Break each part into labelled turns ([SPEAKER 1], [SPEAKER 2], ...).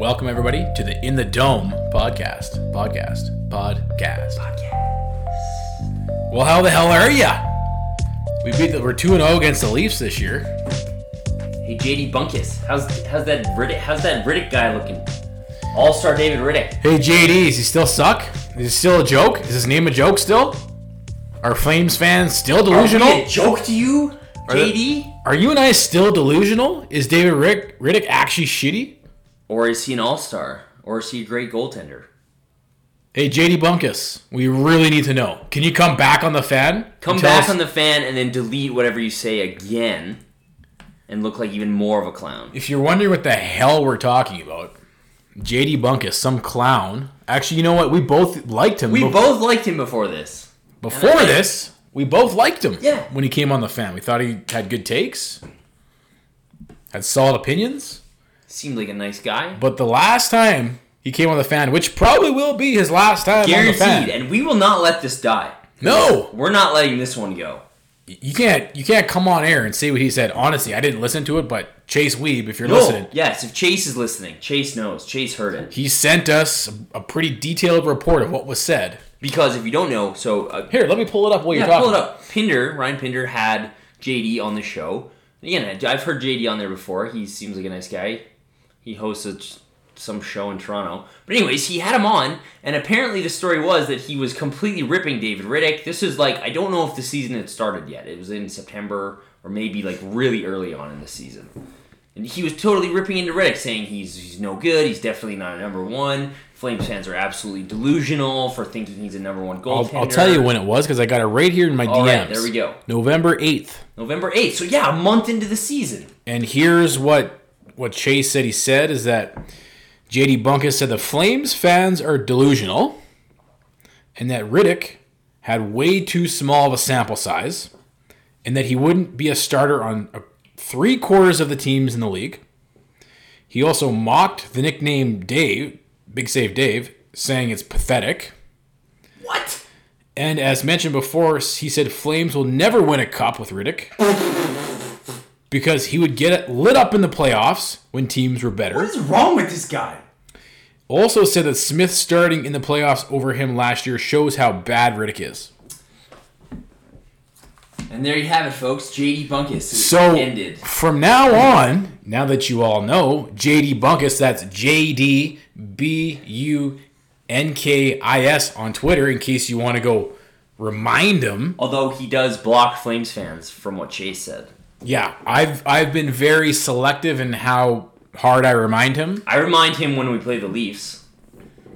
[SPEAKER 1] Welcome everybody to the In the Dome podcast. Podcast. Podcast. Well, how the hell are ya? We beat the, we're 2 and 0 against the Leafs this year.
[SPEAKER 2] Hey JD Bunkus, how's how's that Riddick how's that Riddick guy looking? All star David Riddick.
[SPEAKER 1] Hey JD, does he still suck? Is he still a joke? Is his name a joke still? Are Flames fans still
[SPEAKER 2] Is he
[SPEAKER 1] delusional?
[SPEAKER 2] a joke to you,
[SPEAKER 1] they-
[SPEAKER 2] JD?
[SPEAKER 1] Are you and I still delusional? Is David Rick, Riddick actually shitty?
[SPEAKER 2] Or is he an all star? Or is he a great goaltender?
[SPEAKER 1] Hey, JD Bunkus, we really need to know. Can you come back on the fan?
[SPEAKER 2] Come
[SPEAKER 1] and tell
[SPEAKER 2] back
[SPEAKER 1] us-
[SPEAKER 2] on the fan and then delete whatever you say again and look like even more of a clown.
[SPEAKER 1] If you're wondering what the hell we're talking about, JD Bunkus, some clown. Actually, you know what? We both liked him.
[SPEAKER 2] We
[SPEAKER 1] bef-
[SPEAKER 2] both liked him before this.
[SPEAKER 1] before this. We both liked him.
[SPEAKER 2] Yeah.
[SPEAKER 1] When he came on the fan, we thought he had good takes, had solid opinions.
[SPEAKER 2] Seemed like a nice guy.
[SPEAKER 1] But the last time he came on the fan, which probably will be his last time on the
[SPEAKER 2] Guaranteed,
[SPEAKER 1] fan,
[SPEAKER 2] and we will not let this die.
[SPEAKER 1] no,
[SPEAKER 2] We're not letting this one go.
[SPEAKER 1] you can't you can't come on air and say what he said. Honestly, I didn't listen to it, but Chase Weeb, if you're listening,
[SPEAKER 2] No. Yes, if Chase is listening, Chase knows. Chase heard it.
[SPEAKER 1] he sent us a, a pretty detailed report of what was said.
[SPEAKER 2] Because if you don't know, so uh,
[SPEAKER 1] Here, let me pull it up while
[SPEAKER 2] yeah,
[SPEAKER 1] you're talking.
[SPEAKER 2] pull it up. Pinder, Ryan Pinder had JD on the show. Again, I- I've heard JD on there before. He seems like a nice guy. He hosts a, some show in Toronto. But anyways, he had him on, and apparently the story was that he was completely ripping David Riddick. This is like I don't know if the season had started yet. It was in September or maybe like really early on in the season. And he was totally ripping into Riddick, saying he's he's no good. He's definitely not a number one. Flames fans are absolutely delusional for thinking he's a number one
[SPEAKER 1] I'll,
[SPEAKER 2] goaltender.
[SPEAKER 1] I'll tell you when it was because I got it right here in my
[SPEAKER 2] All
[SPEAKER 1] DMs.
[SPEAKER 2] right, there we go.
[SPEAKER 1] November eighth,
[SPEAKER 2] November 8th. So yeah, a month into the season.
[SPEAKER 1] and here's what what Chase said. He said is that JD Bunkus said the Flames fans are delusional, and that Riddick had way too small of a sample size, and that he wouldn't be a starter on uh, three quarters of the teams in the league. He also mocked the nickname Dave, Big Save Dave, saying it's pathetic.
[SPEAKER 2] What?
[SPEAKER 1] And as mentioned before, he said Flames will never win a cup with Riddick because he would get lit up in the playoffs when teams were better.
[SPEAKER 2] is wrong with this guy?
[SPEAKER 1] Also said that Smith starting in the playoffs over him last year shows how bad Riddick is.
[SPEAKER 2] And there you have it, folks. JD Bunkus is
[SPEAKER 1] So
[SPEAKER 2] ended.
[SPEAKER 1] from now on, now that you all know JD Bunkus, that's J D B U N K I S on Twitter, in case you want to go remind him.
[SPEAKER 2] Although he does block Flames fans from what Chase said.
[SPEAKER 1] Yeah, I've I've been very selective in how hard I remind him.
[SPEAKER 2] I remind him when we play the Leafs.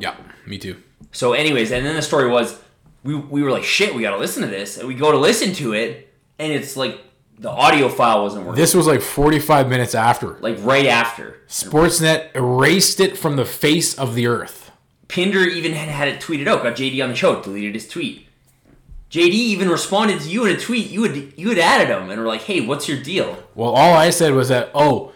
[SPEAKER 1] Yeah, me too.
[SPEAKER 2] So, anyways, and then the story was we, we were like, shit, we gotta listen to this. And we go to listen to it, and it's like the audio file wasn't working.
[SPEAKER 1] This was like 45 minutes after.
[SPEAKER 2] like right after.
[SPEAKER 1] Sportsnet erased it from the face of the earth.
[SPEAKER 2] Pinder even had, had it tweeted out. Got JD on the show. Deleted his tweet. JD even responded to you in a tweet. You had you had added him and were like, "Hey, what's your deal?"
[SPEAKER 1] Well, all I said was that oh,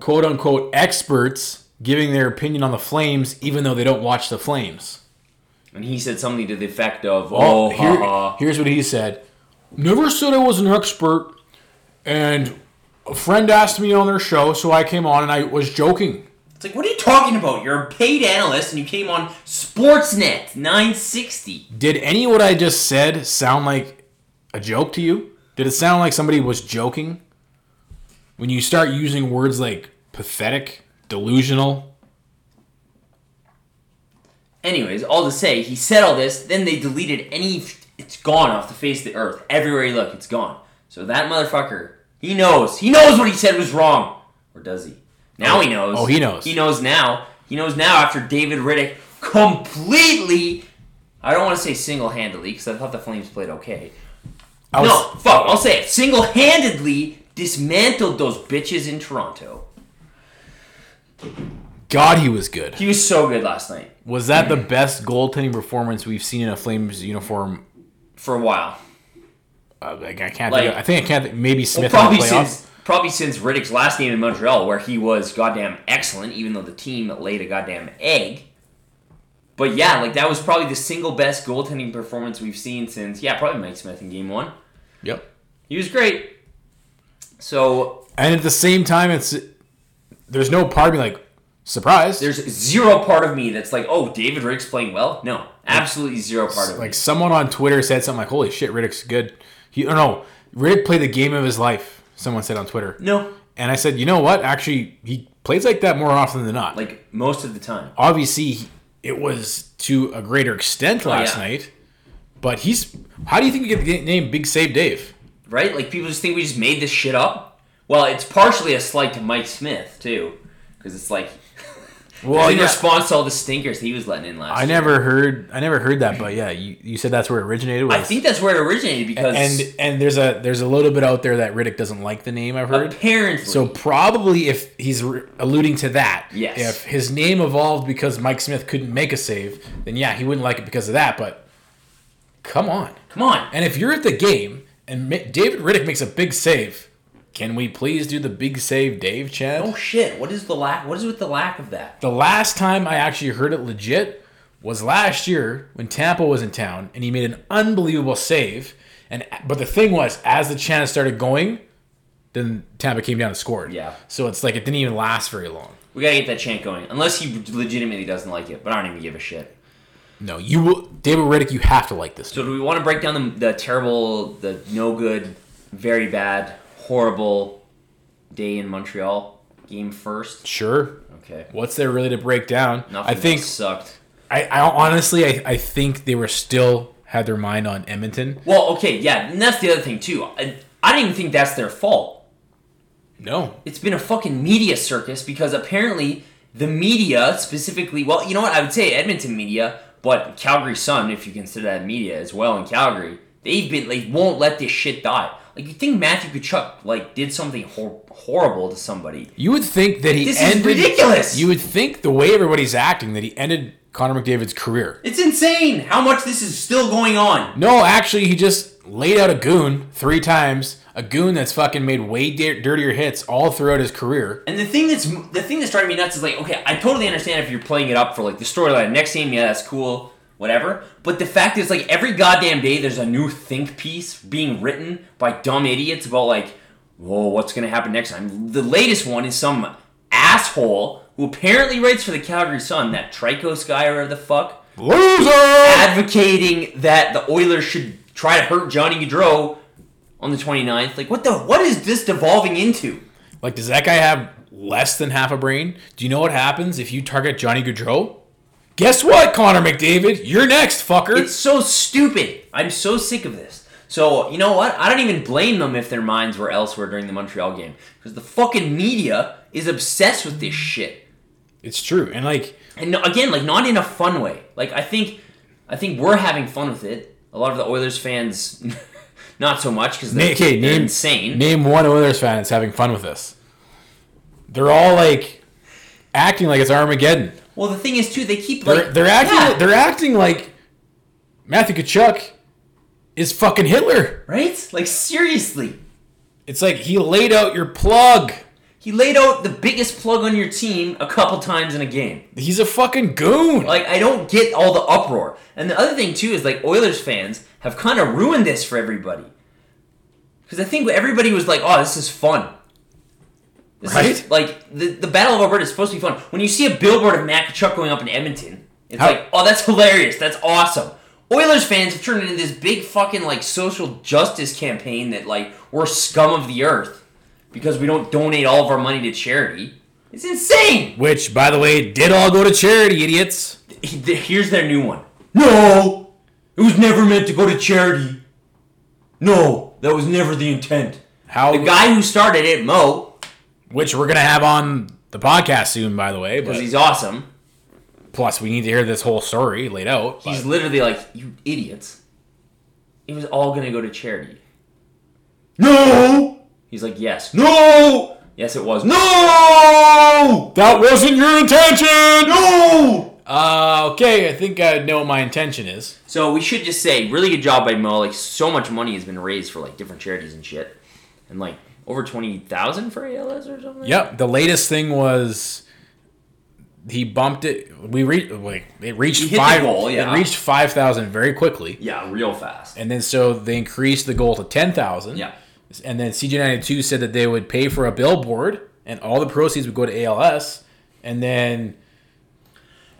[SPEAKER 1] quote unquote experts giving their opinion on the Flames even though they don't watch the Flames.
[SPEAKER 2] And he said something to the effect of,
[SPEAKER 1] Oh,
[SPEAKER 2] "Oh,
[SPEAKER 1] here-
[SPEAKER 2] ha, ha.
[SPEAKER 1] here's what he said. Never said I was an expert, and a friend asked me on their show, so I came on and I was joking.
[SPEAKER 2] It's like, what are you talking about? You're a paid analyst, and you came on Sportsnet 960.
[SPEAKER 1] Did any of what I just said sound like a joke to you? Did it sound like somebody was joking? When you start using words like pathetic, delusional,
[SPEAKER 2] Anyways, all to say, he said all this. Then they deleted any. It's gone off the face of the earth. Everywhere you look, it's gone. So that motherfucker, he knows. He knows what he said was wrong, or does he? Now he knows.
[SPEAKER 1] Oh, he knows.
[SPEAKER 2] He knows now. He knows now after David Riddick completely. I don't want to say single-handedly because I thought the Flames played okay.
[SPEAKER 1] I was,
[SPEAKER 2] No, fuck. I'll say it. Single-handedly dismantled those bitches in Toronto.
[SPEAKER 1] God, he was good.
[SPEAKER 2] He was so good last night
[SPEAKER 1] Was that the best goaltending performance we've seen in a Flames uniform?
[SPEAKER 2] for a while.
[SPEAKER 1] Uh, like, I can't.
[SPEAKER 2] Like-
[SPEAKER 1] think of, I think I can't. Think, maybe Smith in
[SPEAKER 2] probably
[SPEAKER 1] the playoffs.
[SPEAKER 2] since probably since Riddick's last game in Montreal, where he was goddamn excellent, even though the team laid a goddamn egg. But yeah, like that was probably the single best goaltending performance we've seen since yeah, probably Mike Smith in Game One.
[SPEAKER 1] Yep.
[SPEAKER 2] He was great. So
[SPEAKER 1] And at the same time, it's there's no part of me like Surprise.
[SPEAKER 2] There's zero part of me that's like, oh, David Riddick's playing well. No, absolutely zero part of me.
[SPEAKER 1] like someone on Twitter said something like, "Holy shit, Riddick's good." He or no, Riddick played the game of his life. Someone said on Twitter,
[SPEAKER 2] No,
[SPEAKER 1] and I said, "You know what? Actually, he plays like that more often than not.
[SPEAKER 2] like most of the time.
[SPEAKER 1] Obviously, he- it was to a greater extent last
[SPEAKER 2] Oh, yeah.
[SPEAKER 1] night, but he's. How do you think you get the name Big Save Dave?
[SPEAKER 2] right? Like people just think we just made this shit up. Well, it's partially a slight to Mike Smith too, because it's like
[SPEAKER 1] Well,
[SPEAKER 2] in
[SPEAKER 1] yeah.
[SPEAKER 2] response to all the stinkers he was letting in last.
[SPEAKER 1] I
[SPEAKER 2] year.
[SPEAKER 1] never heard. I never heard that, but yeah, you, you said that's where it originated. Was.
[SPEAKER 2] I think that's where it originated because
[SPEAKER 1] and and there's a there's a little bit out there that Riddick doesn't like the name I've heard.
[SPEAKER 2] apparently,
[SPEAKER 1] So probably if he's re- alluding to that,
[SPEAKER 2] Yes.
[SPEAKER 1] if his name evolved because Mike Smith couldn't make a save, then yeah, he wouldn't like it because of that. But come on,
[SPEAKER 2] come on,
[SPEAKER 1] and if you're at the game and Ma- David Riddick makes a big save, can we please do the big save, Dave? Chad,
[SPEAKER 2] oh shit, what is the lack? What is with the lack of that?
[SPEAKER 1] the last time I actually heard it legit was last year when Tampa was in town and he made an unbelievable save. And but the thing was, as the chance started going, then Tampa came down and scored.
[SPEAKER 2] Yeah.
[SPEAKER 1] So it's like it didn't even last very long.
[SPEAKER 2] We gotta get that chant going, unless he legitimately doesn't like it. But I don't even give a shit.
[SPEAKER 1] No, you will, David Riddick. You have to like this.
[SPEAKER 2] So do we want to break down the, the terrible, the no good, very bad, horrible day in Montreal game first?
[SPEAKER 1] Sure.
[SPEAKER 2] Okay,
[SPEAKER 1] What's there really to break down? I
[SPEAKER 2] Nothing
[SPEAKER 1] think.
[SPEAKER 2] else sucked.
[SPEAKER 1] I, I honestly, I, I think they were still had their mind on Edmonton.
[SPEAKER 2] Well, okay, yeah, and that's the other thing too. I, I didn't even think that's their fault.
[SPEAKER 1] No.
[SPEAKER 2] It's been a fucking media circus because apparently the media, specifically, well, you know what? I would say Edmonton media, but Calgary Sun, if you consider that media as well in Calgary, they've been they won't let this shit die. Like you think Matthew Kachuk like did something hor- horrible to somebody?
[SPEAKER 1] You would think that he
[SPEAKER 2] This is
[SPEAKER 1] ended.
[SPEAKER 2] ridiculous.
[SPEAKER 1] You would think the way everybody's acting that he ended Connor McDavid's career.
[SPEAKER 2] It's insane how much this is still going on.
[SPEAKER 1] No, actually, he just laid out a goon three times. A goon that's fucking made way dir- dirtier hits all throughout his career.
[SPEAKER 2] And the thing that's the thing that's driving me nuts is like, okay, I totally understand if you're playing it up for like the storyline. Next game, yeah, that's cool, whatever. But the fact is, like, every goddamn day, there's a new think piece being written by dumb idiots about like, whoa, what's gonna happen next time? The latest one is some asshole who apparently writes for the Calgary Sun, that Tricos guy or whatever the fuck,
[SPEAKER 1] Loser!
[SPEAKER 2] advocating that the Oilers should try to hurt Johnny Gaudreau on the 29th. Like, what the? What is this devolving into?
[SPEAKER 1] Like, does that guy have less than half a brain? Do you know what happens if you target Johnny Gaudreau? Guess what, Connor McDavid? You're next, fucker.
[SPEAKER 2] It's so stupid. I'm so sick of this. So, you know what? I don't even blame them if their minds were elsewhere during the Montreal game. Because the fucking media is obsessed with this shit.
[SPEAKER 1] It's true. And, like,
[SPEAKER 2] And no- again, like not in a fun way. Like I think I think we're having fun with it. A lot of the Oilers fans not so much because they're,
[SPEAKER 1] okay,
[SPEAKER 2] they're
[SPEAKER 1] name,
[SPEAKER 2] insane.
[SPEAKER 1] name one Oilers fan that's having fun with this. They're all, like, acting like it's Armageddon.
[SPEAKER 2] well, the thing is too, they keep
[SPEAKER 1] They're,
[SPEAKER 2] like
[SPEAKER 1] they're acting
[SPEAKER 2] yeah,
[SPEAKER 1] they're acting like Matthew Kachuk is fucking Hitler.
[SPEAKER 2] right? Like seriously.
[SPEAKER 1] It's like he laid out your plug.
[SPEAKER 2] He laid out the biggest plug on your team a couple times in a game.
[SPEAKER 1] He's a fucking goon.
[SPEAKER 2] Like I don't get all the uproar. And the other thing too is like Oilers fans have kind of ruined this for everybody. Because I think everybody was like, "Oh, this is fun." This
[SPEAKER 1] Right?
[SPEAKER 2] Is, like the, the Battle of Alberta is supposed to be fun. When you see a billboard of Matt Kachuk going up in Edmonton, it's
[SPEAKER 1] How-
[SPEAKER 2] like, "Oh, that's hilarious. That's awesome." Oilers fans have turned it into this big fucking like social justice campaign that like we're scum of the earth because we don't donate all of our money to charity. It's insane.
[SPEAKER 1] Which, by the way, did all go to charity, idiots.
[SPEAKER 2] He- th- Here's their new one. No, it was never meant to go to charity. No, that was never the intent.
[SPEAKER 1] How
[SPEAKER 2] The guy who started it, Mo,
[SPEAKER 1] which we're gonna have on the podcast soon, by the way.
[SPEAKER 2] because
[SPEAKER 1] But
[SPEAKER 2] he's awesome.
[SPEAKER 1] plus we need to hear this whole story laid out.
[SPEAKER 2] He's
[SPEAKER 1] but-
[SPEAKER 2] literally like, you idiots. It was all gonna go to charity. No. He's like, yes. No. Yes, it was. No.
[SPEAKER 1] that wasn't your intention! No! Uh okay, I think I know what my intention is.
[SPEAKER 2] So we should just say, really good job by Mo. Like, so much money has been raised for like different charities and shit, and like over twenty thousand for ALS or something.
[SPEAKER 1] Yep. The latest thing was he bumped it. We re- like it reached
[SPEAKER 2] He hit the
[SPEAKER 1] five.
[SPEAKER 2] goal, yeah.
[SPEAKER 1] It reached five thousand very quickly,
[SPEAKER 2] Yeah, real fast.
[SPEAKER 1] and then so they increased the goal to ten thousand.
[SPEAKER 2] Yeah.
[SPEAKER 1] And then CJ ninety two said that they would pay for a billboard, and all the proceeds would go to ALS. and then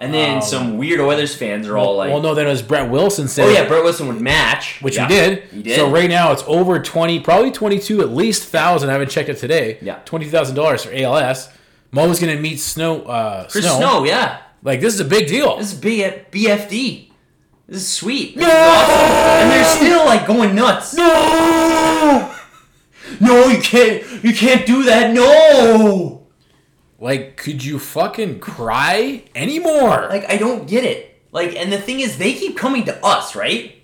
[SPEAKER 2] And then some weird Oilers fans are all like,
[SPEAKER 1] well, no, then it was Brett Wilson said,
[SPEAKER 2] "Oh yeah, Brett Wilson would match,"
[SPEAKER 1] which
[SPEAKER 2] yeah,
[SPEAKER 1] we did.
[SPEAKER 2] He did.
[SPEAKER 1] So right now it's over twenty, probably twenty-two at least thousand. I haven't checked it today.
[SPEAKER 2] Yeah.
[SPEAKER 1] twenty thousand dollars for ALS. Mo's gonna meet Snow. Uh,
[SPEAKER 2] Chris
[SPEAKER 1] Snow.
[SPEAKER 2] Snow. yeah,
[SPEAKER 1] Like this is a big deal.
[SPEAKER 2] this is B- BFD. This is sweet. This is awesome. And they're still like going nuts. No, no, you can't, you can't do that. No.
[SPEAKER 1] Like, could you fucking cry anymore?
[SPEAKER 2] Like I don't get it. Like, and the thing is, they keep coming to us, right?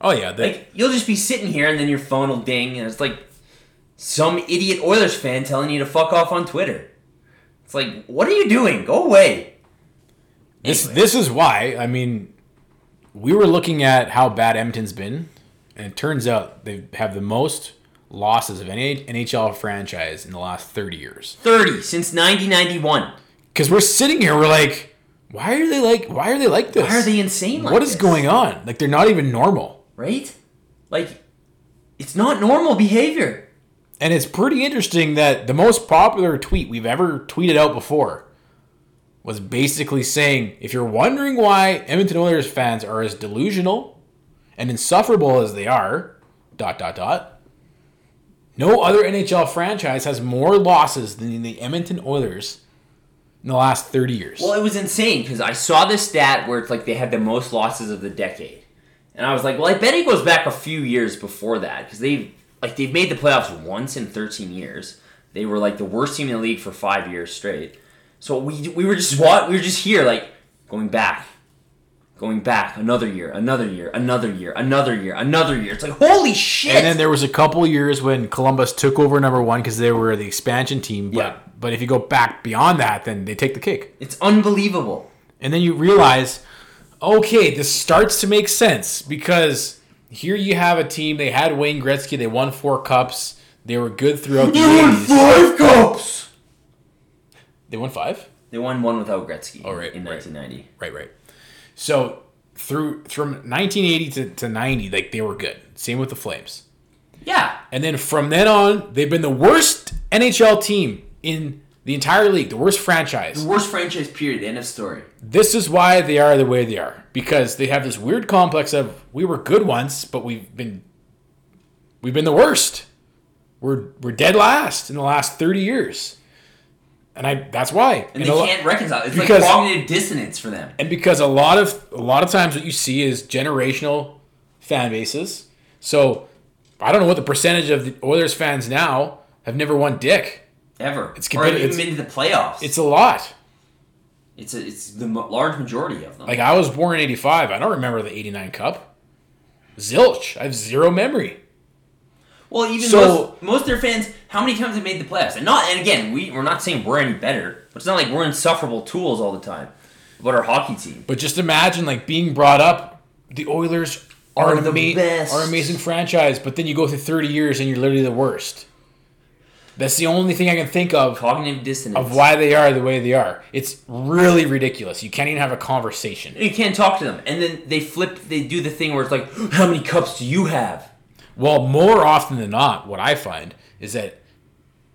[SPEAKER 1] oh yeah, they,
[SPEAKER 2] Like you'll just be sitting here, and then your phone will ding, and it's like some idiot Oilers fan telling you to fuck off on Twitter. It's like, what are you doing? Go away.
[SPEAKER 1] This
[SPEAKER 2] Anyway.
[SPEAKER 1] this is why I mean, we were looking at how bad Edmonton's been, and it turns out they have the most losses of any NHL franchise in the last thirty years.
[SPEAKER 2] Thirty since 1991.
[SPEAKER 1] Because we're sitting here, we're like, why are they like, why are they like this?
[SPEAKER 2] Why are they insane? Like
[SPEAKER 1] What is
[SPEAKER 2] this?
[SPEAKER 1] going on? Like they're not even normal,
[SPEAKER 2] Right? Like, it's not normal behavior.
[SPEAKER 1] and it's pretty interesting that the most popular tweet we've ever tweeted out before was basically saying, if you're wondering why Edmonton Oilers fans are as delusional and insufferable as they are, dot dot dot. No other NHL franchise has more losses than the Edmonton Oilers in the last 30 years.
[SPEAKER 2] Well, it was insane because I saw this stat where it's like they had the most losses of the decade, and I was like, well, I bet it goes back a few years before that because they've like they've made the playoffs once in 13 years. They were like the worst team in the league for five years straight. So we we were just what we were just here like going back, going back another year, another year, another year, another year, another year. It's like holy shit.
[SPEAKER 1] And then there was a couple years when Columbus took over number one because they were the expansion team. But,
[SPEAKER 2] Yeah.
[SPEAKER 1] but if you go back beyond that, then they take the cake.
[SPEAKER 2] it's unbelievable.
[SPEAKER 1] And then you realize, okay, this starts to make sense because here you have a team. They had Wayne Gretzky. They won four cups. They were good throughout the eighties.
[SPEAKER 2] five cups.
[SPEAKER 1] They won five.
[SPEAKER 2] They won one without Gretzky
[SPEAKER 1] Oh, right,
[SPEAKER 2] in
[SPEAKER 1] right.
[SPEAKER 2] 1990.
[SPEAKER 1] Right, right. So through from 1980 to, to 90, like they were good. Same with the Flames.
[SPEAKER 2] Yeah.
[SPEAKER 1] And then from then on, they've been the worst NHL team in the entire league, the worst franchise.
[SPEAKER 2] Worst franchise period. End of story.
[SPEAKER 1] this is why they are the way they are because they have this weird complex of we were good once but we've been we've been the worst we're we're dead last in the last 30 years and i that's why
[SPEAKER 2] And
[SPEAKER 1] And
[SPEAKER 2] they
[SPEAKER 1] a lo-
[SPEAKER 2] can't reconcile. It's
[SPEAKER 1] because-
[SPEAKER 2] like cognitive dissonance for them.
[SPEAKER 1] and because a lot of a lot of times what you see is generational fan bases so i don't know what the percentage of the oilers fans now have never won dick
[SPEAKER 2] Ever. It's or
[SPEAKER 1] competitive-
[SPEAKER 2] even
[SPEAKER 1] it's-
[SPEAKER 2] been to the playoffs.
[SPEAKER 1] it's
[SPEAKER 2] It's
[SPEAKER 1] a lot
[SPEAKER 2] it's, a, it's the mo- large majority of them.
[SPEAKER 1] like i was born in 85 i don't remember the 89 cup zilch i have zero memory
[SPEAKER 2] well, even
[SPEAKER 1] so-
[SPEAKER 2] most, most of their fans, how many times have made the playoffs? And not and again, we we're not saying we're any better. But it's not like we're insufferable tools all the time. But our hockey team.
[SPEAKER 1] But just imagine like being brought up, the Oilers are,
[SPEAKER 2] Are
[SPEAKER 1] an
[SPEAKER 2] the
[SPEAKER 1] ama-
[SPEAKER 2] best.
[SPEAKER 1] are an amazing franchise, but then you go through 30 years and you're literally the worst. That's the only thing I can think of
[SPEAKER 2] Cognitive dissonance.
[SPEAKER 1] of why they are the way they are. It's really ridiculous. You can't even have a conversation.
[SPEAKER 2] you can't talk to them. And then they flip they do the thing where it's like, How many cups do you have?
[SPEAKER 1] Well, more often than not, what I find is that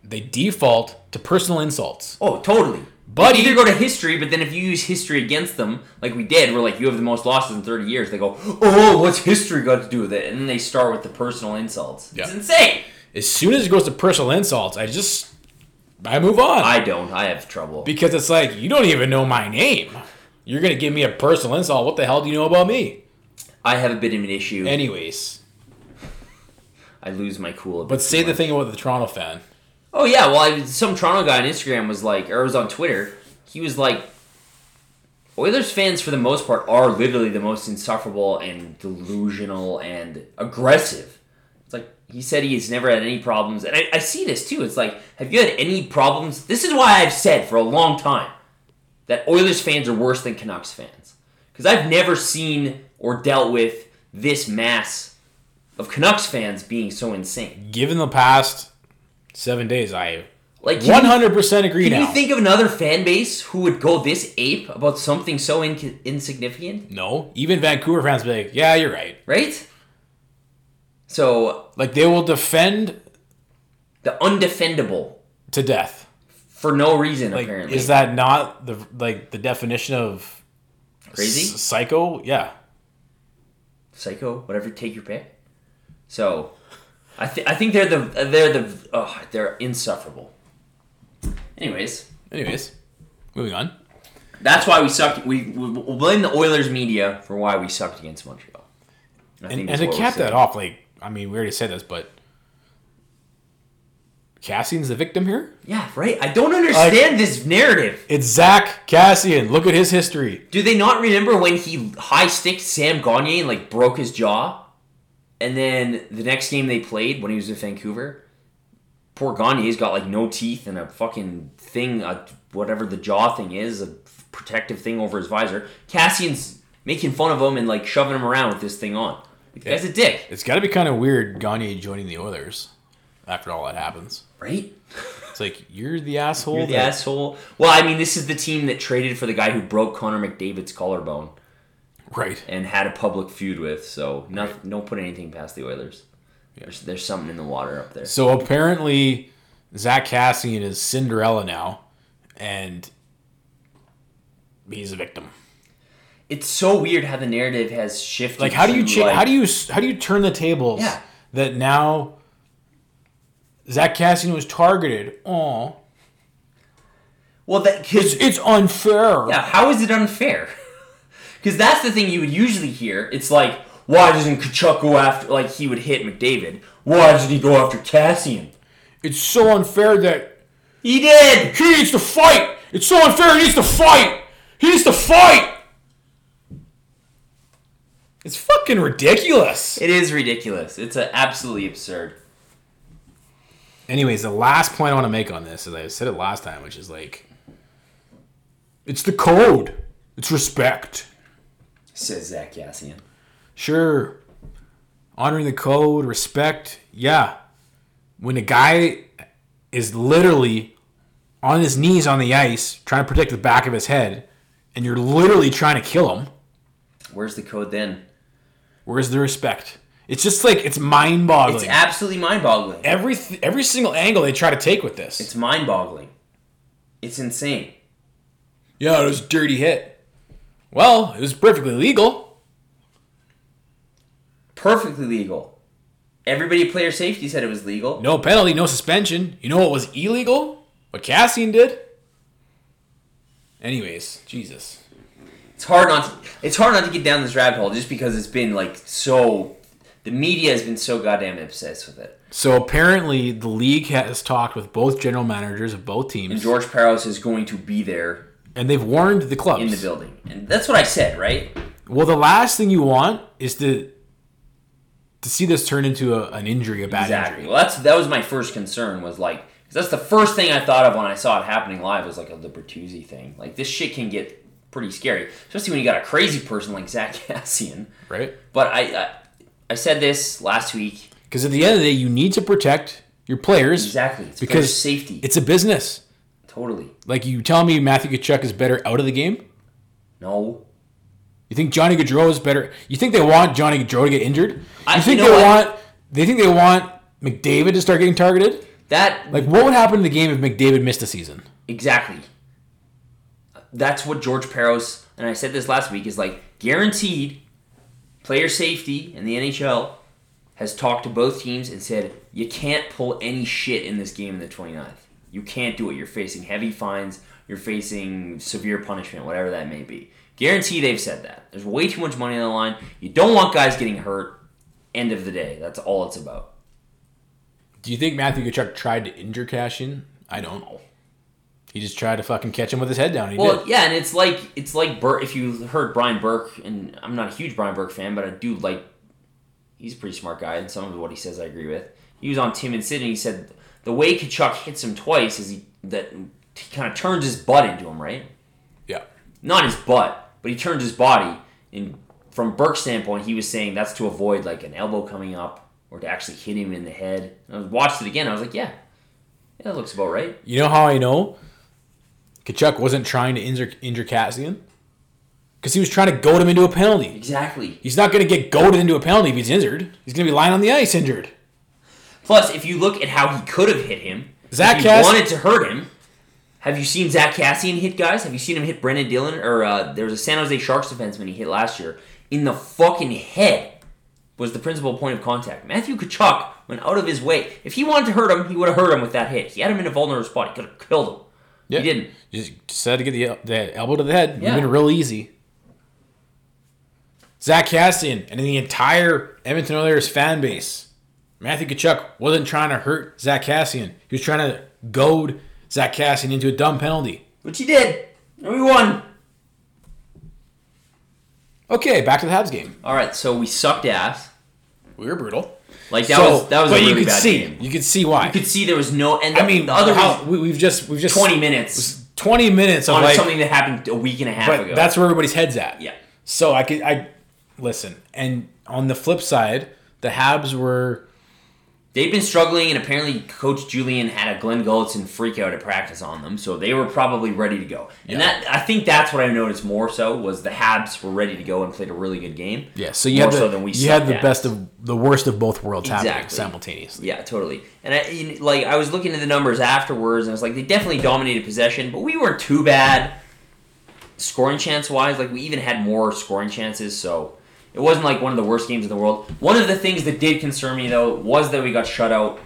[SPEAKER 1] they default to personal insults.
[SPEAKER 2] Oh, totally.
[SPEAKER 1] But
[SPEAKER 2] either
[SPEAKER 1] he-
[SPEAKER 2] go to history, but then if you use history against them, like we did, we're like, you have the most losses in 30 years. They go, oh, what's history got to do with it? And then they start with the personal insults. It's
[SPEAKER 1] Yeah.
[SPEAKER 2] insane.
[SPEAKER 1] As soon as it goes to personal insults, I just I move on.
[SPEAKER 2] I don't. I have trouble.
[SPEAKER 1] Because it's like, you don't even know my name. You're going to give me a personal insult. What the hell do you know about me?
[SPEAKER 2] I have a bit of an issue.
[SPEAKER 1] Anyways,
[SPEAKER 2] I lose my cool. a bit
[SPEAKER 1] but say
[SPEAKER 2] too
[SPEAKER 1] the
[SPEAKER 2] much.
[SPEAKER 1] thing about the Toronto fan.
[SPEAKER 2] Oh, yeah. Well, I, some Toronto guy on Instagram was like, or it was on Twitter, he was like, Oilers fans, for the most part, are literally the most insufferable and delusional and aggressive. It's like he said he has never had any problems, and I, I see this too. It's like, have you had any problems? This is why I've said for a long time that Oilers fans are worse than Canucks fans because I've never seen or dealt with this mass of Canucks fans being so insane.
[SPEAKER 1] Given the past seven days, I
[SPEAKER 2] Like can you-
[SPEAKER 1] 100% agree now.
[SPEAKER 2] Can you think of another fan base who would go this ape about something so inc- insignificant,
[SPEAKER 1] no, even Vancouver fans be like, yeah, you're right.
[SPEAKER 2] right? So
[SPEAKER 1] Like, they will defend
[SPEAKER 2] the undefendable
[SPEAKER 1] to death.
[SPEAKER 2] for no reason
[SPEAKER 1] Like,
[SPEAKER 2] apparently.
[SPEAKER 1] is that not the like the definition of
[SPEAKER 2] Crazy?
[SPEAKER 1] s- psycho? Yeah.
[SPEAKER 2] psycho? Whatever, take your pick. So, I think I think they're the they're the oh, they're insufferable. Anyways,
[SPEAKER 1] Anyways, moving on.
[SPEAKER 2] that's why we sucked. We we we'll blame the Oilers media for why we sucked against Montreal. I
[SPEAKER 1] And, and
[SPEAKER 2] that's
[SPEAKER 1] to
[SPEAKER 2] what we're
[SPEAKER 1] cap
[SPEAKER 2] saying.
[SPEAKER 1] that off, like I mean, we already said this, but Cassian's the victim here.
[SPEAKER 2] Yeah, right. I don't understand this narrative.
[SPEAKER 1] It's Zach Cassian. Look at his history.
[SPEAKER 2] Do they not remember when he high sticked Sam Gagne and like broke his jaw? And then the next game they played when he was with Vancouver, poor Gagne's got like no teeth and a fucking thing, a, whatever the jaw thing is, a protective thing over his visor. Cassian's making fun of him and like shoving him around with this thing on. Like, the guy's a dick,
[SPEAKER 1] It's got to be kind of weird Gagne joining the Oilers after all that happens.
[SPEAKER 2] right?
[SPEAKER 1] It's like you're the asshole.
[SPEAKER 2] You're the
[SPEAKER 1] that-
[SPEAKER 2] asshole. Well, I mean, this is the team that traded for the guy who broke Connor McDavid's collarbone
[SPEAKER 1] Right.
[SPEAKER 2] and had a public feud with. So not, don't put anything past the Oilers. There's, there's something in the water up there.
[SPEAKER 1] So apparently, Zach Cassian is Cinderella now, and he's a victim.
[SPEAKER 2] It's so weird how the narrative has shifted.
[SPEAKER 1] Like, how do you
[SPEAKER 2] to,
[SPEAKER 1] cha-
[SPEAKER 2] like-
[SPEAKER 1] how do you s- how do you turn the tables
[SPEAKER 2] Yeah.
[SPEAKER 1] that now Zach Cassian was targeted? Oh,
[SPEAKER 2] well that
[SPEAKER 1] it's
[SPEAKER 2] because
[SPEAKER 1] it's unfair.
[SPEAKER 2] yeah, how is it unfair? Because that's the thing you would usually hear. It's like why doesn't Kachuk go after like he would hit McDavid? Why did he go after Cassian?
[SPEAKER 1] It's so unfair that
[SPEAKER 2] He did.
[SPEAKER 1] he needs to fight. It's so unfair. He needs to fight. He needs to fight. It's fucking ridiculous.
[SPEAKER 2] It is ridiculous. It's uh absolutely absurd.
[SPEAKER 1] Anyways, the last point I want to make on this is I said it last time, which is like, it's the code. It's respect.
[SPEAKER 2] Says Zach Cassian.
[SPEAKER 1] Sure, honoring the code, respect. Yeah, when a guy is literally on his knees on the ice trying to protect the back of his head, and you're literally trying to kill him.
[SPEAKER 2] Where's the code then?
[SPEAKER 1] Where's the respect? It's just like it's mind-boggling.
[SPEAKER 2] It's absolutely mind-boggling.
[SPEAKER 1] every every single angle they try to take with this.
[SPEAKER 2] It's mind-boggling. It's insane.
[SPEAKER 1] Yeah, it was a dirty hit. Well, it was perfectly legal.
[SPEAKER 2] perfectly legal. Everybody at player safety said it was legal.
[SPEAKER 1] No penalty, no suspension. You know what was illegal? What Cassian did? Anyways, Jesus.
[SPEAKER 2] It's hard not to, it's hard not to get down this rabbit hole just because it's been like so the media has been so goddamn obsessed with it.
[SPEAKER 1] So apparently the league has talked with both general managers of both
[SPEAKER 2] And
[SPEAKER 1] teams
[SPEAKER 2] George Peros is going to be there
[SPEAKER 1] and they've warned the clubs.
[SPEAKER 2] in the building. And that's what I said, right?
[SPEAKER 1] Well, the last thing you want is to to see this turn into a, an injury, a bad
[SPEAKER 2] Exactly.
[SPEAKER 1] injury.
[SPEAKER 2] Well, that's that was my first concern was like 'cause that's the first thing I thought of when I saw it happening live was like a the Bertuzzi thing. Like this shit can get pretty scary, especially when you got a crazy person like Zach Cassian.
[SPEAKER 1] Right?
[SPEAKER 2] But I I, I said this last week.
[SPEAKER 1] Because at the end of the day, you need to protect your players.
[SPEAKER 2] Exactly. It's
[SPEAKER 1] Because
[SPEAKER 2] player safety.
[SPEAKER 1] It's a business.
[SPEAKER 2] Totally.
[SPEAKER 1] Like you tell me, Matthew Kachuk is better out of the game.
[SPEAKER 2] No.
[SPEAKER 1] You think Johnny Gaudreau is better? You think they want Johnny Gaudreau to get injured? You
[SPEAKER 2] I-
[SPEAKER 1] think
[SPEAKER 2] you know
[SPEAKER 1] they
[SPEAKER 2] what?
[SPEAKER 1] want? They think they want McDavid to start getting targeted?
[SPEAKER 2] That
[SPEAKER 1] Like what would happen to the game if McDavid missed a season?
[SPEAKER 2] exactly. That's what George Peros and I said this last week is like guaranteed player safety in the NHL has talked to both teams and said you can't pull any shit in this game in the 29th. You can't do it. You're facing heavy fines, you're facing severe punishment, whatever that may be. Guarantee they've said that. There's way too much money on the line. You don't want guys getting hurt. End of the day, that's all it's about.
[SPEAKER 1] Do you think Matthew Kachuk tried to injure Cashin? I don't. know. He just tried to fucking catch him with his head down. He
[SPEAKER 2] Well,
[SPEAKER 1] did.
[SPEAKER 2] yeah, and it's like it's like Burke. If you heard Brian Burke, and I'm not a huge Brian Burke fan, but I do like he's a pretty smart guy, and some of what he says I agree with. He was on Tim and Sid, and he said the way Kachuk hits him twice is he that he kind of turns his butt into him, right?
[SPEAKER 1] Yeah.
[SPEAKER 2] Not his butt, but he turns his body. And from Burke's standpoint, he was saying that's to avoid like an elbow coming up or to actually hit him in the head. And I watched it again. I was like, yeah, yeah, that looks about right.
[SPEAKER 1] You know how I know Kachuk wasn't trying to injure injure Cassian? Because he was trying to goad him into a penalty.
[SPEAKER 2] Exactly.
[SPEAKER 1] He's not going to get goaded into a penalty if he's injured. He's going to be lying on the ice injured.
[SPEAKER 2] Plus, if you look at how he could have hit him,
[SPEAKER 1] Zach
[SPEAKER 2] if he
[SPEAKER 1] Cass-
[SPEAKER 2] wanted to hurt him. Have you seen Zach Cassian hit guys? Have you seen him hit Brendan Dillon? Or uh, there was a San Jose Sharks defenseman he hit last year in the fucking head. Was the principal point of contact. Matthew Kachuk went out of his way. If he wanted to hurt him, he would have hurt him with that hit. He had him in a vulnerable spot. He could have killed him.
[SPEAKER 1] Yeah.
[SPEAKER 2] He didn't.
[SPEAKER 1] Just decided to get the, the elbow to the head.
[SPEAKER 2] Yeah.
[SPEAKER 1] Would have been real easy. Zach Cassian and the entire Edmonton Oilers fan base. Matthew Kachuk wasn't trying to hurt Zach Cassian. He was trying to goad Zach Cassian into a dumb penalty.
[SPEAKER 2] Which he did. And we won.
[SPEAKER 1] Okay, back to the Habs game.
[SPEAKER 2] All right, so we sucked ass.
[SPEAKER 1] We were brutal.
[SPEAKER 2] Like that
[SPEAKER 1] So-
[SPEAKER 2] was that was a
[SPEAKER 1] but
[SPEAKER 2] really
[SPEAKER 1] you could
[SPEAKER 2] bad
[SPEAKER 1] see,
[SPEAKER 2] game.
[SPEAKER 1] You could see why.
[SPEAKER 2] You could see there was no end.
[SPEAKER 1] I mean,
[SPEAKER 2] the other
[SPEAKER 1] how-
[SPEAKER 2] was
[SPEAKER 1] we, we've just we've just
[SPEAKER 2] twenty minutes
[SPEAKER 1] 20 minutes of
[SPEAKER 2] on
[SPEAKER 1] like,
[SPEAKER 2] something that happened a week and a half
[SPEAKER 1] but
[SPEAKER 2] ago.
[SPEAKER 1] that's where everybody's heads at.
[SPEAKER 2] yeah.
[SPEAKER 1] So I could I listen. And on the flip side, the Habs were
[SPEAKER 2] They've been struggling, and apparently Coach Julian had a Glenn Gulletson freak out at practice on them, so they were probably ready to go. And
[SPEAKER 1] Yeah.
[SPEAKER 2] that I think that's what I noticed more so was the Habs were ready to go and played a really good game.
[SPEAKER 1] yeah. So you
[SPEAKER 2] More
[SPEAKER 1] had the
[SPEAKER 2] so than we
[SPEAKER 1] you had
[SPEAKER 2] sucked
[SPEAKER 1] the
[SPEAKER 2] at.
[SPEAKER 1] best of the worst of both worlds happening
[SPEAKER 2] Exactly.
[SPEAKER 1] simultaneously.
[SPEAKER 2] Yeah, totally. And I you know, like I was looking at the numbers afterwards, and I was like, they definitely dominated possession, but we weren't too bad scoring chance wise. Like we even had more scoring chances, so it wasn't like one of the worst games in the world. One of the things that did concern me though was that we got shut out.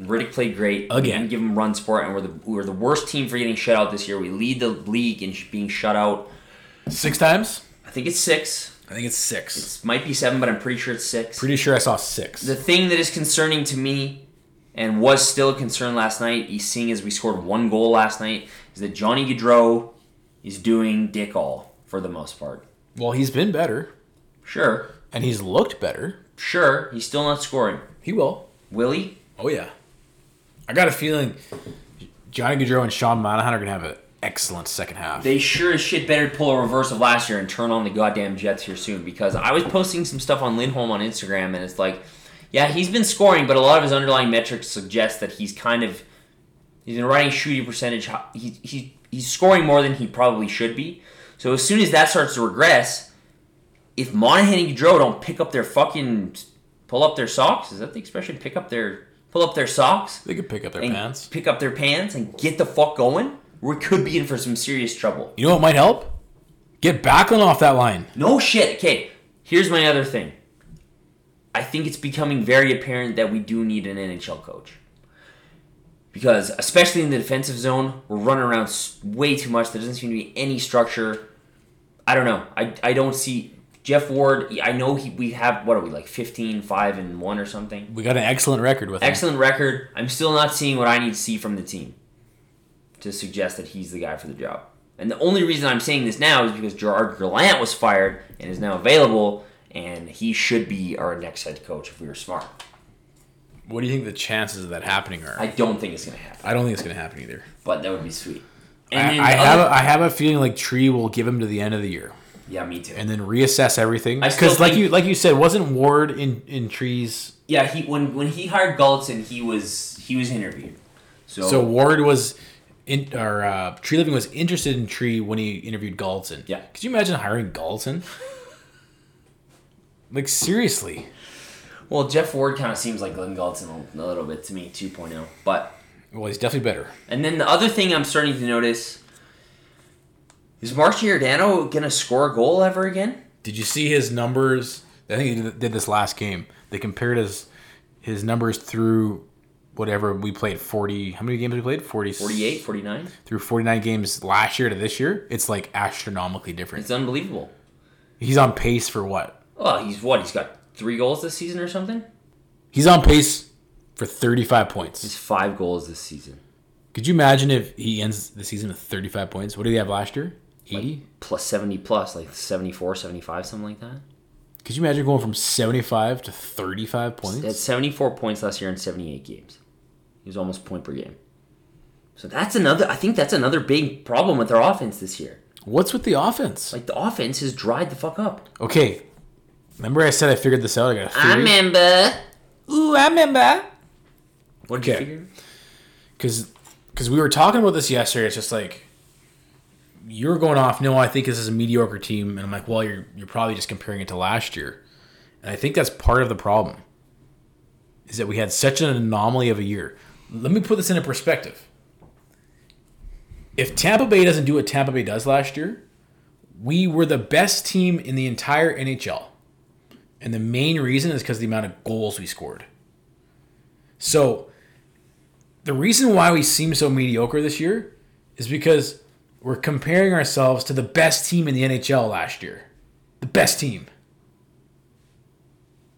[SPEAKER 2] Riddick played great We
[SPEAKER 1] Again.
[SPEAKER 2] didn't give him run support, and we're the we we're the worst team for getting shut out this year. We lead the league in sh- being shut out.
[SPEAKER 1] Six times?
[SPEAKER 2] I think it's six.
[SPEAKER 1] I think it's six.
[SPEAKER 2] It might be seven, but I'm pretty sure it's six.
[SPEAKER 1] Pretty sure I saw six.
[SPEAKER 2] The thing that is concerning to me and was still a concern last night, is seeing as we scored one goal last night, is that Johnny Gaudreau is doing dick all for the most part.
[SPEAKER 1] well, he's been better
[SPEAKER 2] Sure,
[SPEAKER 1] and he's looked better.
[SPEAKER 2] sure, he's still not scoring.
[SPEAKER 1] He will.
[SPEAKER 2] Will he?
[SPEAKER 1] Oh yeah. I got a feeling Johnny Gaudreau and Sean Monahan are gonna have an excellent second half.
[SPEAKER 2] They sure as shit better pull a reverse of last year and turn on the goddamn Jets here soon because I was posting some stuff on Lindholm on Instagram and it's like, yeah, he's been scoring, but a lot of his underlying metrics suggest that he's kind of he's been riding shooting percentage. hi- He, he he's scoring more than he probably should be. So as soon as that starts to regress, if Monahan and Gaudreau don't pick up their fucking pull up their socks, is that the expression? Pick up their pull up their socks
[SPEAKER 1] they could pick up their
[SPEAKER 2] and
[SPEAKER 1] pants.
[SPEAKER 2] pick up their pants and get the fuck going. We could be in for some serious trouble.
[SPEAKER 1] You know what might help? Get Backlund off that line.
[SPEAKER 2] No shit. Okay, here's my other thing. I think it's becoming very apparent that we do need an NHL coach. Because, especially in the defensive zone, we're running around s- way too much. There doesn't seem to be any structure. I don't know. I, I don't see. Jeff Ward, I know he, we have, what are we, like 15, 5, and 1 or something?
[SPEAKER 1] We got an excellent record with him.
[SPEAKER 2] excellent record. I'm still not seeing what I need to see from the team to suggest that he's the guy for the job. And the only reason I'm saying this now is because Gerard Gallant was fired and is now available, and he should be our next head coach if we were smart.
[SPEAKER 1] What do you think the chances of that happening are?
[SPEAKER 2] I
[SPEAKER 1] I,
[SPEAKER 2] don't think it's going to happen,
[SPEAKER 1] don't think it's going to happen either.
[SPEAKER 2] but that would be sweet. And
[SPEAKER 1] I,
[SPEAKER 2] then
[SPEAKER 1] I
[SPEAKER 2] the
[SPEAKER 1] have
[SPEAKER 2] other-
[SPEAKER 1] a, I have a feeling like Tree will give him to the end of the year
[SPEAKER 2] yeah, me too.
[SPEAKER 1] and then reassess everything.
[SPEAKER 2] I still
[SPEAKER 1] Because like
[SPEAKER 2] think-
[SPEAKER 1] you like you said, wasn't Ward in in Tree's?
[SPEAKER 2] yeah, he when when he hired Gulletson, he was he was interviewed. So,
[SPEAKER 1] So Ward was in or uh, Tree Living was interested in Tree when he interviewed Gallatin.
[SPEAKER 2] Yeah.
[SPEAKER 1] Could you imagine hiring Gallatin? like seriously,
[SPEAKER 2] well, Jeff Ward kind of seems like Glenn Gulletson a, a little bit to me 2.0, but
[SPEAKER 1] well he's definitely better.
[SPEAKER 2] And then the other thing I'm starting to notice is Mark Giordano gonna score a goal ever again?
[SPEAKER 1] Did you see his numbers? I think he did- did this last game. They compared his his numbers through whatever we played. Forty. How many games we played? Forty.
[SPEAKER 2] 48, 49?
[SPEAKER 1] through forty nine games last year to this year. It's like astronomically different.
[SPEAKER 2] It's unbelievable.
[SPEAKER 1] He's on pace for what?
[SPEAKER 2] Oh, he's what? He's got three goals this season or something?
[SPEAKER 1] He's on pace for thirty five points.
[SPEAKER 2] He's five goals this season.
[SPEAKER 1] Could you imagine if he ends the season with thirty five points? What did he have last year? Eighty.
[SPEAKER 2] Plus 70 plus, like 74, 75, something like that.
[SPEAKER 1] Could you imagine going from seventy five to thirty five
[SPEAKER 2] He had
[SPEAKER 1] points?
[SPEAKER 2] 74 points last year in 78 games. He was almost point per game. So that's another, I think that's another big problem with our offense this year.
[SPEAKER 1] What's with the offense?
[SPEAKER 2] Like the offense has dried the fuck up.
[SPEAKER 1] Okay. Remember I said I figured this out. I got a theory.
[SPEAKER 2] remember.
[SPEAKER 1] Ooh, I remember.
[SPEAKER 2] What did you
[SPEAKER 1] Okay.
[SPEAKER 2] figure?
[SPEAKER 1] because because we were talking about this yesterday. It's just like you were going off. No, I think this is a mediocre team, and I'm like, well, you're you're probably just comparing it to last year, and I think that's part of the problem. Is that we had such an anomaly of a year. Let me put this into perspective. if Tampa Bay doesn't do what Tampa Bay does last year, we were the best team in the entire NHL. And the main reason is because the amount of goals we scored. So the reason why we seem so mediocre this year is because we're comparing ourselves to the best team in the NHL last year. The best team.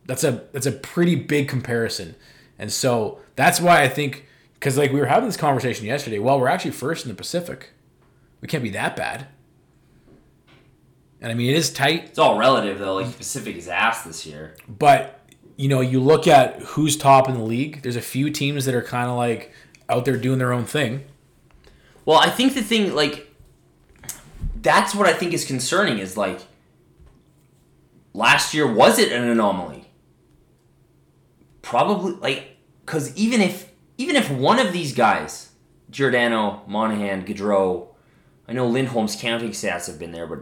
[SPEAKER 1] That's a that's a pretty big comparison. And so that's why I think because like we were having this conversation yesterday, well, we're actually first in the Pacific. We can't be that bad. And I mean it is tight.
[SPEAKER 2] It's all relative though. Like the Pacific is ass this year.
[SPEAKER 1] But you know, you look at who's top in the league. There's a few teams that are kind of like out there doing their own thing.
[SPEAKER 2] Well, I think the thing like that's what I think is concerning is like last year was it an anomaly? Probably like cuz even if even if one of these guys, Giordano, Monahan, Gaudreau, I know Lindholm's counting stats have been there, but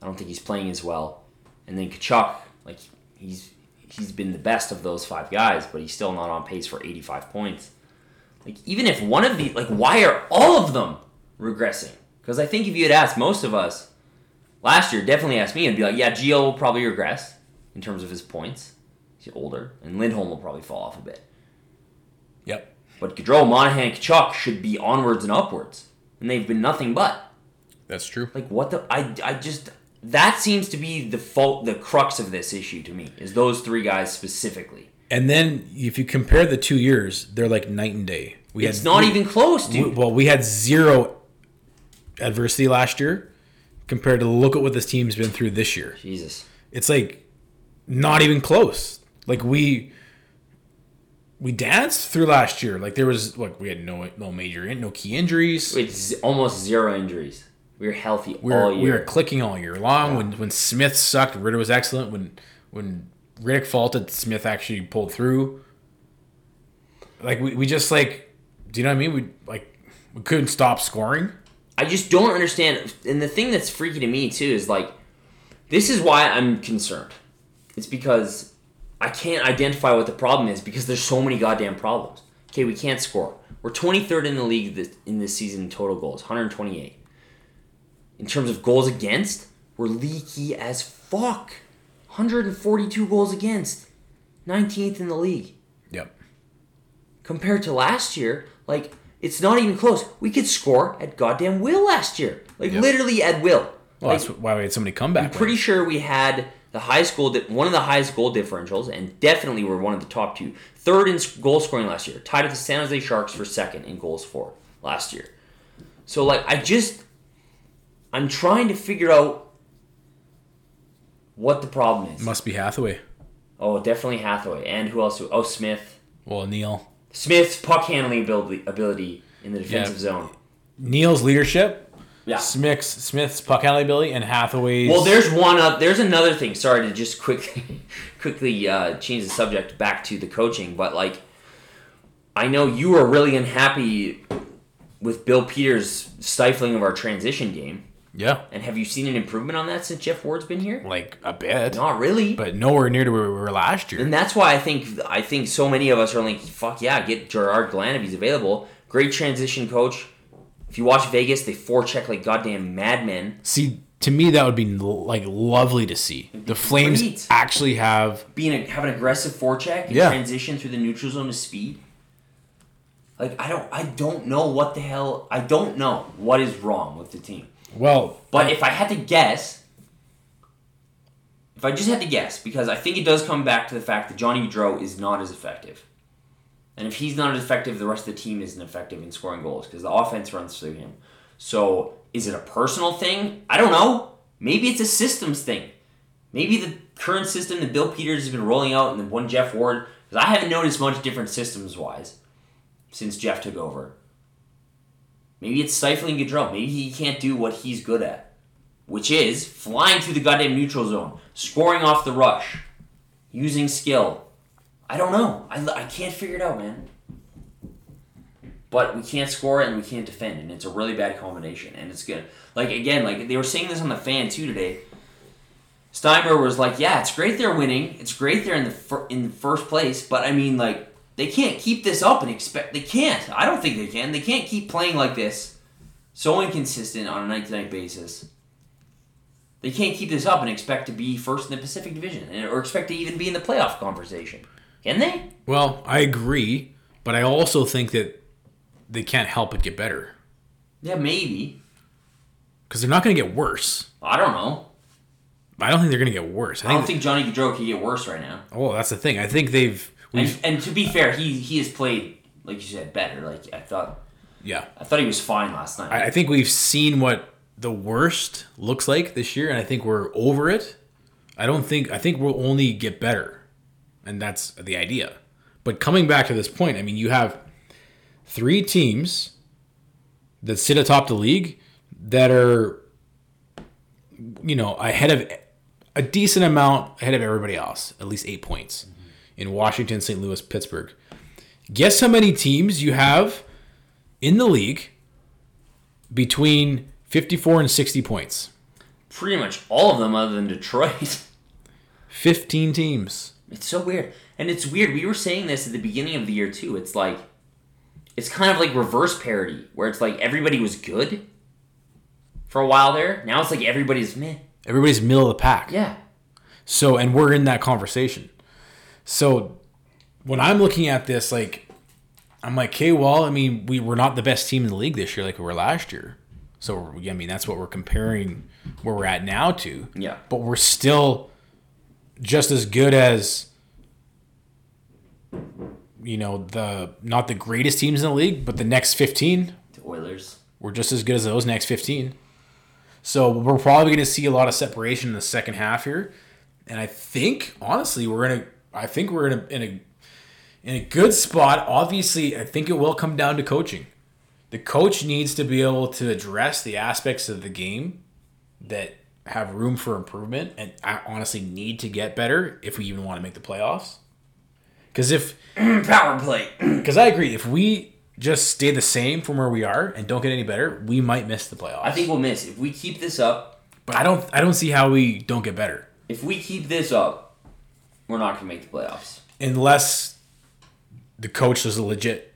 [SPEAKER 2] I don't think he's playing as well. And then Kachuk, like he's he's been the best of those five guys, but he's still not on pace for 85 points. Like even if one of the like why are all of them regressing? Because I think if you had asked most of us last year, definitely asked me, and be like, yeah, Gio will probably regress in terms of his points. He's older, and Lindholm will probably fall off a bit.
[SPEAKER 1] Yep.
[SPEAKER 2] But Gaudreau, Monahan, Kachuk should be onwards and upwards, and they've been nothing but.
[SPEAKER 1] That's true.
[SPEAKER 2] Like what the I I just that seems to be the fault the crux of this issue to me is those three guys specifically.
[SPEAKER 1] And then if you compare the two years, they're like night and day. We
[SPEAKER 2] It's not
[SPEAKER 1] we-
[SPEAKER 2] even close, dude.
[SPEAKER 1] we- well, we had zero adversity last year compared to look at what this team's been through this year.
[SPEAKER 2] Jesus.
[SPEAKER 1] It's like not even close. Like we we danced through last year. Like there was like we had no no major in no key injuries.
[SPEAKER 2] It's almost zero injuries. We were healthy
[SPEAKER 1] we were,
[SPEAKER 2] all year.
[SPEAKER 1] we were clicking all year long. When when Smith sucked, Ritter was excellent. When when Riddick faulted, Smith actually pulled through. Like we, we just like, do you know what I mean? We like we couldn't stop scoring.
[SPEAKER 2] I just don't understand. And the thing that's freaky to me too is like, this is why I'm concerned. It's because I can't identify what the problem is because there's so many goddamn problems. Okay, we can't score. We're 23rd in the league this, in this season in total goals, 128. In terms of goals against, we're leaky as fuck. 142 goals against, 19th in the league
[SPEAKER 1] Yep.
[SPEAKER 2] compared to last year, like it's not even close. We could score at goddamn will last year, like literally at will.
[SPEAKER 1] Well,
[SPEAKER 2] like,
[SPEAKER 1] that's why we had so many comeback.
[SPEAKER 2] pretty
[SPEAKER 1] wins.
[SPEAKER 2] sure we had the highest goal, di- one of the highest goal differentials, and definitely were one of the top two, third in s- goal scoring last year, tied with the San Jose Sharks for second in goals for last year. So like, I just, I'm trying to figure out what the problem is.
[SPEAKER 1] must be Hathaway.
[SPEAKER 2] Oh, definitely Hathaway, and who else? Oh, Smith.
[SPEAKER 1] Well, Neil.
[SPEAKER 2] Smith's puck handling ability, ability in the defensive
[SPEAKER 1] Yeah.
[SPEAKER 2] zone.
[SPEAKER 1] Neil's leadership.
[SPEAKER 2] Yeah.
[SPEAKER 1] Smith's Smith's puck handling ability and Hathaway's.
[SPEAKER 2] Well, there's one. Uh, there's another thing. Sorry to just quickly, quickly uh, change the subject back to the coaching, but like, I know you were really unhappy with Bill Peters' stifling of our transition game,
[SPEAKER 1] yeah,
[SPEAKER 2] and have you seen an improvement on that since Jeff Ward's been here?
[SPEAKER 1] like a bit,
[SPEAKER 2] Not really.
[SPEAKER 1] but nowhere near to where we were last year.
[SPEAKER 2] And that's why I think I think so many of us are like, fuck yeah, get Gerard Glant if he's available. Great transition coach. If you watch Vegas, they forecheck like goddamn madmen.
[SPEAKER 1] See, to me, that would be l- like lovely to see. The Flames
[SPEAKER 2] great.
[SPEAKER 1] actually have
[SPEAKER 2] being a, have an aggressive forecheck and
[SPEAKER 1] Yeah.
[SPEAKER 2] transition through the neutral zone to speed. Like I don't I don't know what the hell I don't know what is wrong with the team.
[SPEAKER 1] well,
[SPEAKER 2] But if I had to guess, if I just had to guess, because I think it does come back to the fact that Johnny Gaudreau is not as effective. And if he's not as effective, the rest of the team isn't effective in scoring goals because the offense runs through him. So is it a personal thing? I don't know. Maybe it's a systems thing. Maybe the current system that Bill Peters has been rolling out and the one Jeff Ward, because I haven't noticed much different systems wise since Jeff took over. Maybe it's stifling Gaudreau. Maybe he can't do what he's good at which is flying through the goddamn neutral zone, scoring off the rush, using skill. I don't know. I, I can't figure it out, man. But we can't score and we can't defend, and it's a really bad combination. And it's good. Like again, like they were saying this on the fan too today. Steinberg was like, "Yeah, it's great they're winning. It's great they're in the fir- in the first place, but I mean, like they can't keep this up and expect they can't. I don't think they can. They can't keep playing like this so inconsistent on a night to night basis. They can't keep this up and expect to be first in the Pacific Division and- or expect to even be in the playoff conversation. Can they?
[SPEAKER 1] Well, I agree, but I also think that they can't help but get better
[SPEAKER 2] Yeah, maybe.
[SPEAKER 1] because they're not going to get worse.
[SPEAKER 2] I don't know.
[SPEAKER 1] I don't think they're going to get worse. I
[SPEAKER 2] I
[SPEAKER 1] think.
[SPEAKER 2] don't think Johnny Gaudreau could get worse right now.
[SPEAKER 1] oh, that's the thing. I think they've.
[SPEAKER 2] And,
[SPEAKER 1] We've,
[SPEAKER 2] and to be fair, he he has played like you said better. Like I thought,
[SPEAKER 1] yeah,
[SPEAKER 2] I thought he was fine last night.
[SPEAKER 1] I, I think we've seen what the worst looks like this year, and I think we're over it. I don't think. I think we'll only get better, and that's the idea. But coming back to this point, I mean, you have three teams that sit atop the league that are, you know, ahead of a decent amount ahead of everybody else, at least eight points in Washington, St. Louis, Pittsburgh. Guess how many teams you have in the league between 54 and 60 points?
[SPEAKER 2] Pretty much all of them, other than Detroit.
[SPEAKER 1] 15 teams.
[SPEAKER 2] It's so weird. And it's weird. We were saying this at the beginning of the year too. It's like it's kind of like reverse parody where it's like everybody was good for a while there. Now it's like everybody's meh.
[SPEAKER 1] Everybody's middle of the pack.
[SPEAKER 2] Yeah.
[SPEAKER 1] So, and we're in that conversation. So, when I'm looking at this, like, I'm like, okay, well, I mean, we were not the best team in the league this year, like we were last year. So, I mean, that's what we're comparing where we're at now to.
[SPEAKER 2] Yeah.
[SPEAKER 1] But we're still just as good as, you know, the not the greatest teams in the league, but the next 15
[SPEAKER 2] The Oilers.
[SPEAKER 1] we're just as good as those next 15. So we're probably going to see a lot of separation in the second half here, and I think honestly we're in a I think we're in a in a in a good spot. Obviously, I think it will come down to coaching. The coach needs to be able to address the aspects of the game that have room for improvement and I honestly need to get better if we even want to make the playoffs. Cuz if
[SPEAKER 2] Power play.
[SPEAKER 1] cuz I agree if we just stay the same from where we are and don't get any better, we might miss the playoffs.
[SPEAKER 2] I think we'll miss. If we keep this up,
[SPEAKER 1] But I don't I don't see how we don't get better
[SPEAKER 2] if we keep this up, we're not gonna make the playoffs.
[SPEAKER 1] unless the coach is a legit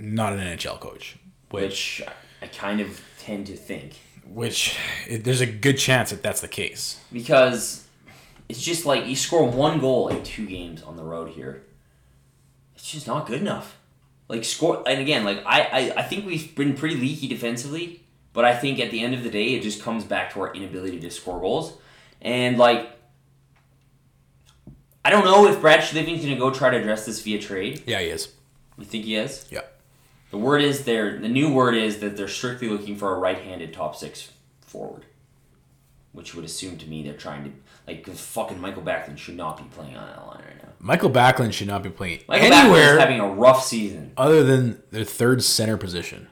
[SPEAKER 1] not an NHL coach, which
[SPEAKER 2] Which I kind of tend to think.
[SPEAKER 1] which it, there's a good chance that that's the case.
[SPEAKER 2] because it's just like you score one goal in two games on the road here. It's just not good enough. Like score and again, like I, I, I think we've been pretty leaky defensively, but I think at the end of the day it just comes back to our inability to score goals. And like I don't know if Brad Schliving's gonna go try to address this via trade.
[SPEAKER 1] Yeah, he is.
[SPEAKER 2] You think he is?
[SPEAKER 1] Yeah.
[SPEAKER 2] The word is they're the new word is that they're strictly looking for a right-handed top six forward, which would assume to me they're trying to like 'cause fucking Michael Backlund should not be playing on that line right now.
[SPEAKER 1] Michael Backlund should not be playing
[SPEAKER 2] Michael Backlund
[SPEAKER 1] anywhere
[SPEAKER 2] is having a rough season,
[SPEAKER 1] other than their third center position.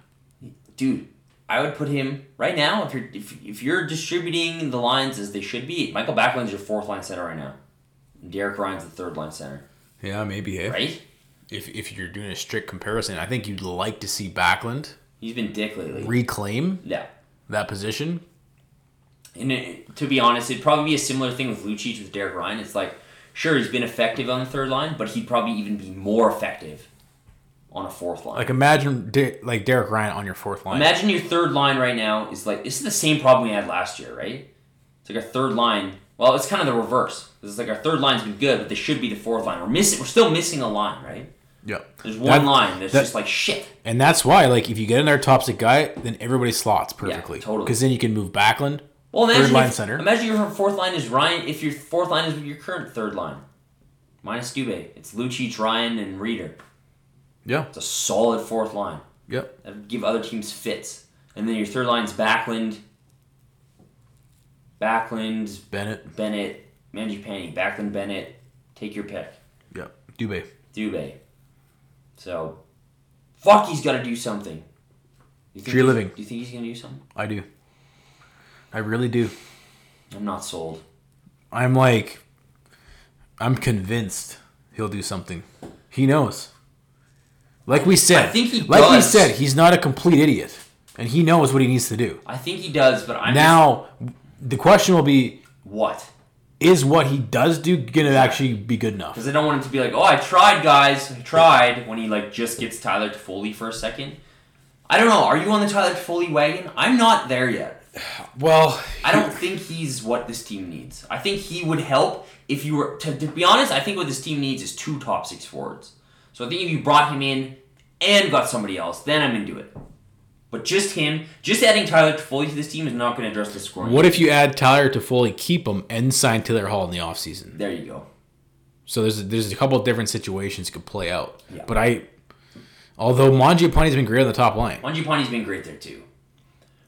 [SPEAKER 2] dude. I would put him right now if you're if, if you're distributing the lines as they should be. Michael Backlund's your fourth line center right now. Derek Ryan's the third line center,
[SPEAKER 1] Yeah, maybe. eh?
[SPEAKER 2] right?
[SPEAKER 1] If if you're doing a strict comparison, I think you'd like to see Backlund
[SPEAKER 2] He's been dick lately.
[SPEAKER 1] reclaim
[SPEAKER 2] Yeah.
[SPEAKER 1] that position.
[SPEAKER 2] And it, to be honest, it'd probably be a similar thing with Lucic with Derek Ryan. It's like, sure, he's been effective on the third line, but he'd probably even be more effective on a fourth line.
[SPEAKER 1] Like imagine De- like Derek Ryan on your fourth line.
[SPEAKER 2] Imagine your third line right now is like this is the same problem we had last year, right? It's like our third line. Well, it's kind of the reverse. It's like our third line's been good, but this should be the fourth line. We're missing. We're still missing a line, right?
[SPEAKER 1] yeah.
[SPEAKER 2] There's one
[SPEAKER 1] That-
[SPEAKER 2] line that's
[SPEAKER 1] that-
[SPEAKER 2] just like shit.
[SPEAKER 1] And that's why, like, if you get in there top six guy, then everybody slots perfectly.
[SPEAKER 2] totally.
[SPEAKER 1] Because then you can move Backlund.
[SPEAKER 2] Well, imagine
[SPEAKER 1] Third line
[SPEAKER 2] if,
[SPEAKER 1] center.
[SPEAKER 2] Imagine your fourth line is Ryan. If your fourth line is your current third line, minus Dubé, it's Lucic, Ryan, and Reader.
[SPEAKER 1] Yeah.
[SPEAKER 2] It's a solid fourth line.
[SPEAKER 1] Yep.
[SPEAKER 2] That'll give other teams fits. And then your third line's Backlund, Backlund,
[SPEAKER 1] Bennett.
[SPEAKER 2] Bennett, Mangiapane, Backlund, Bennett. Take your pick.
[SPEAKER 1] Yep. Dubé.
[SPEAKER 2] Dubé. So, fuck, he's got to do something. You think
[SPEAKER 1] Tree
[SPEAKER 2] he's-
[SPEAKER 1] living.
[SPEAKER 2] Do you think he's gonna do something?
[SPEAKER 1] I do. I really do.
[SPEAKER 2] I'm not sold.
[SPEAKER 1] I'm like, I'm convinced he'll do something. He knows. Like we said,
[SPEAKER 2] I think he
[SPEAKER 1] like we
[SPEAKER 2] does.
[SPEAKER 1] said, he's not a complete idiot, and he knows what he needs to do.
[SPEAKER 2] I think he does, but I'm just-
[SPEAKER 1] Now, the question will be:
[SPEAKER 2] what?
[SPEAKER 1] Is what he does do gonna actually be good enough?
[SPEAKER 2] Because I don't want him to be like, "Oh, I tried, guys, I tried." When he like just gets Tyler Toffoli for a second, I I don't know. Are you on the Tyler Foley wagon? I'm not there yet.
[SPEAKER 1] Well,
[SPEAKER 2] I don't think he's what this team needs. I think he would help if you were to, to be honest. I think what this team needs is two top six forwards. So I think if you brought him in and got somebody else, then I'm into it. But just him, just adding Tyler Foley to this team is not going to address the scoring.
[SPEAKER 1] what if you add Tyler to Foley, keep him, and sign Taylor Hall in the offseason?
[SPEAKER 2] There you go.
[SPEAKER 1] So there's a, there's a couple of different situations could play out.
[SPEAKER 2] Yeah.
[SPEAKER 1] But I, although Mangiapane's been great on the top line,
[SPEAKER 2] Mangiapane's been great there too,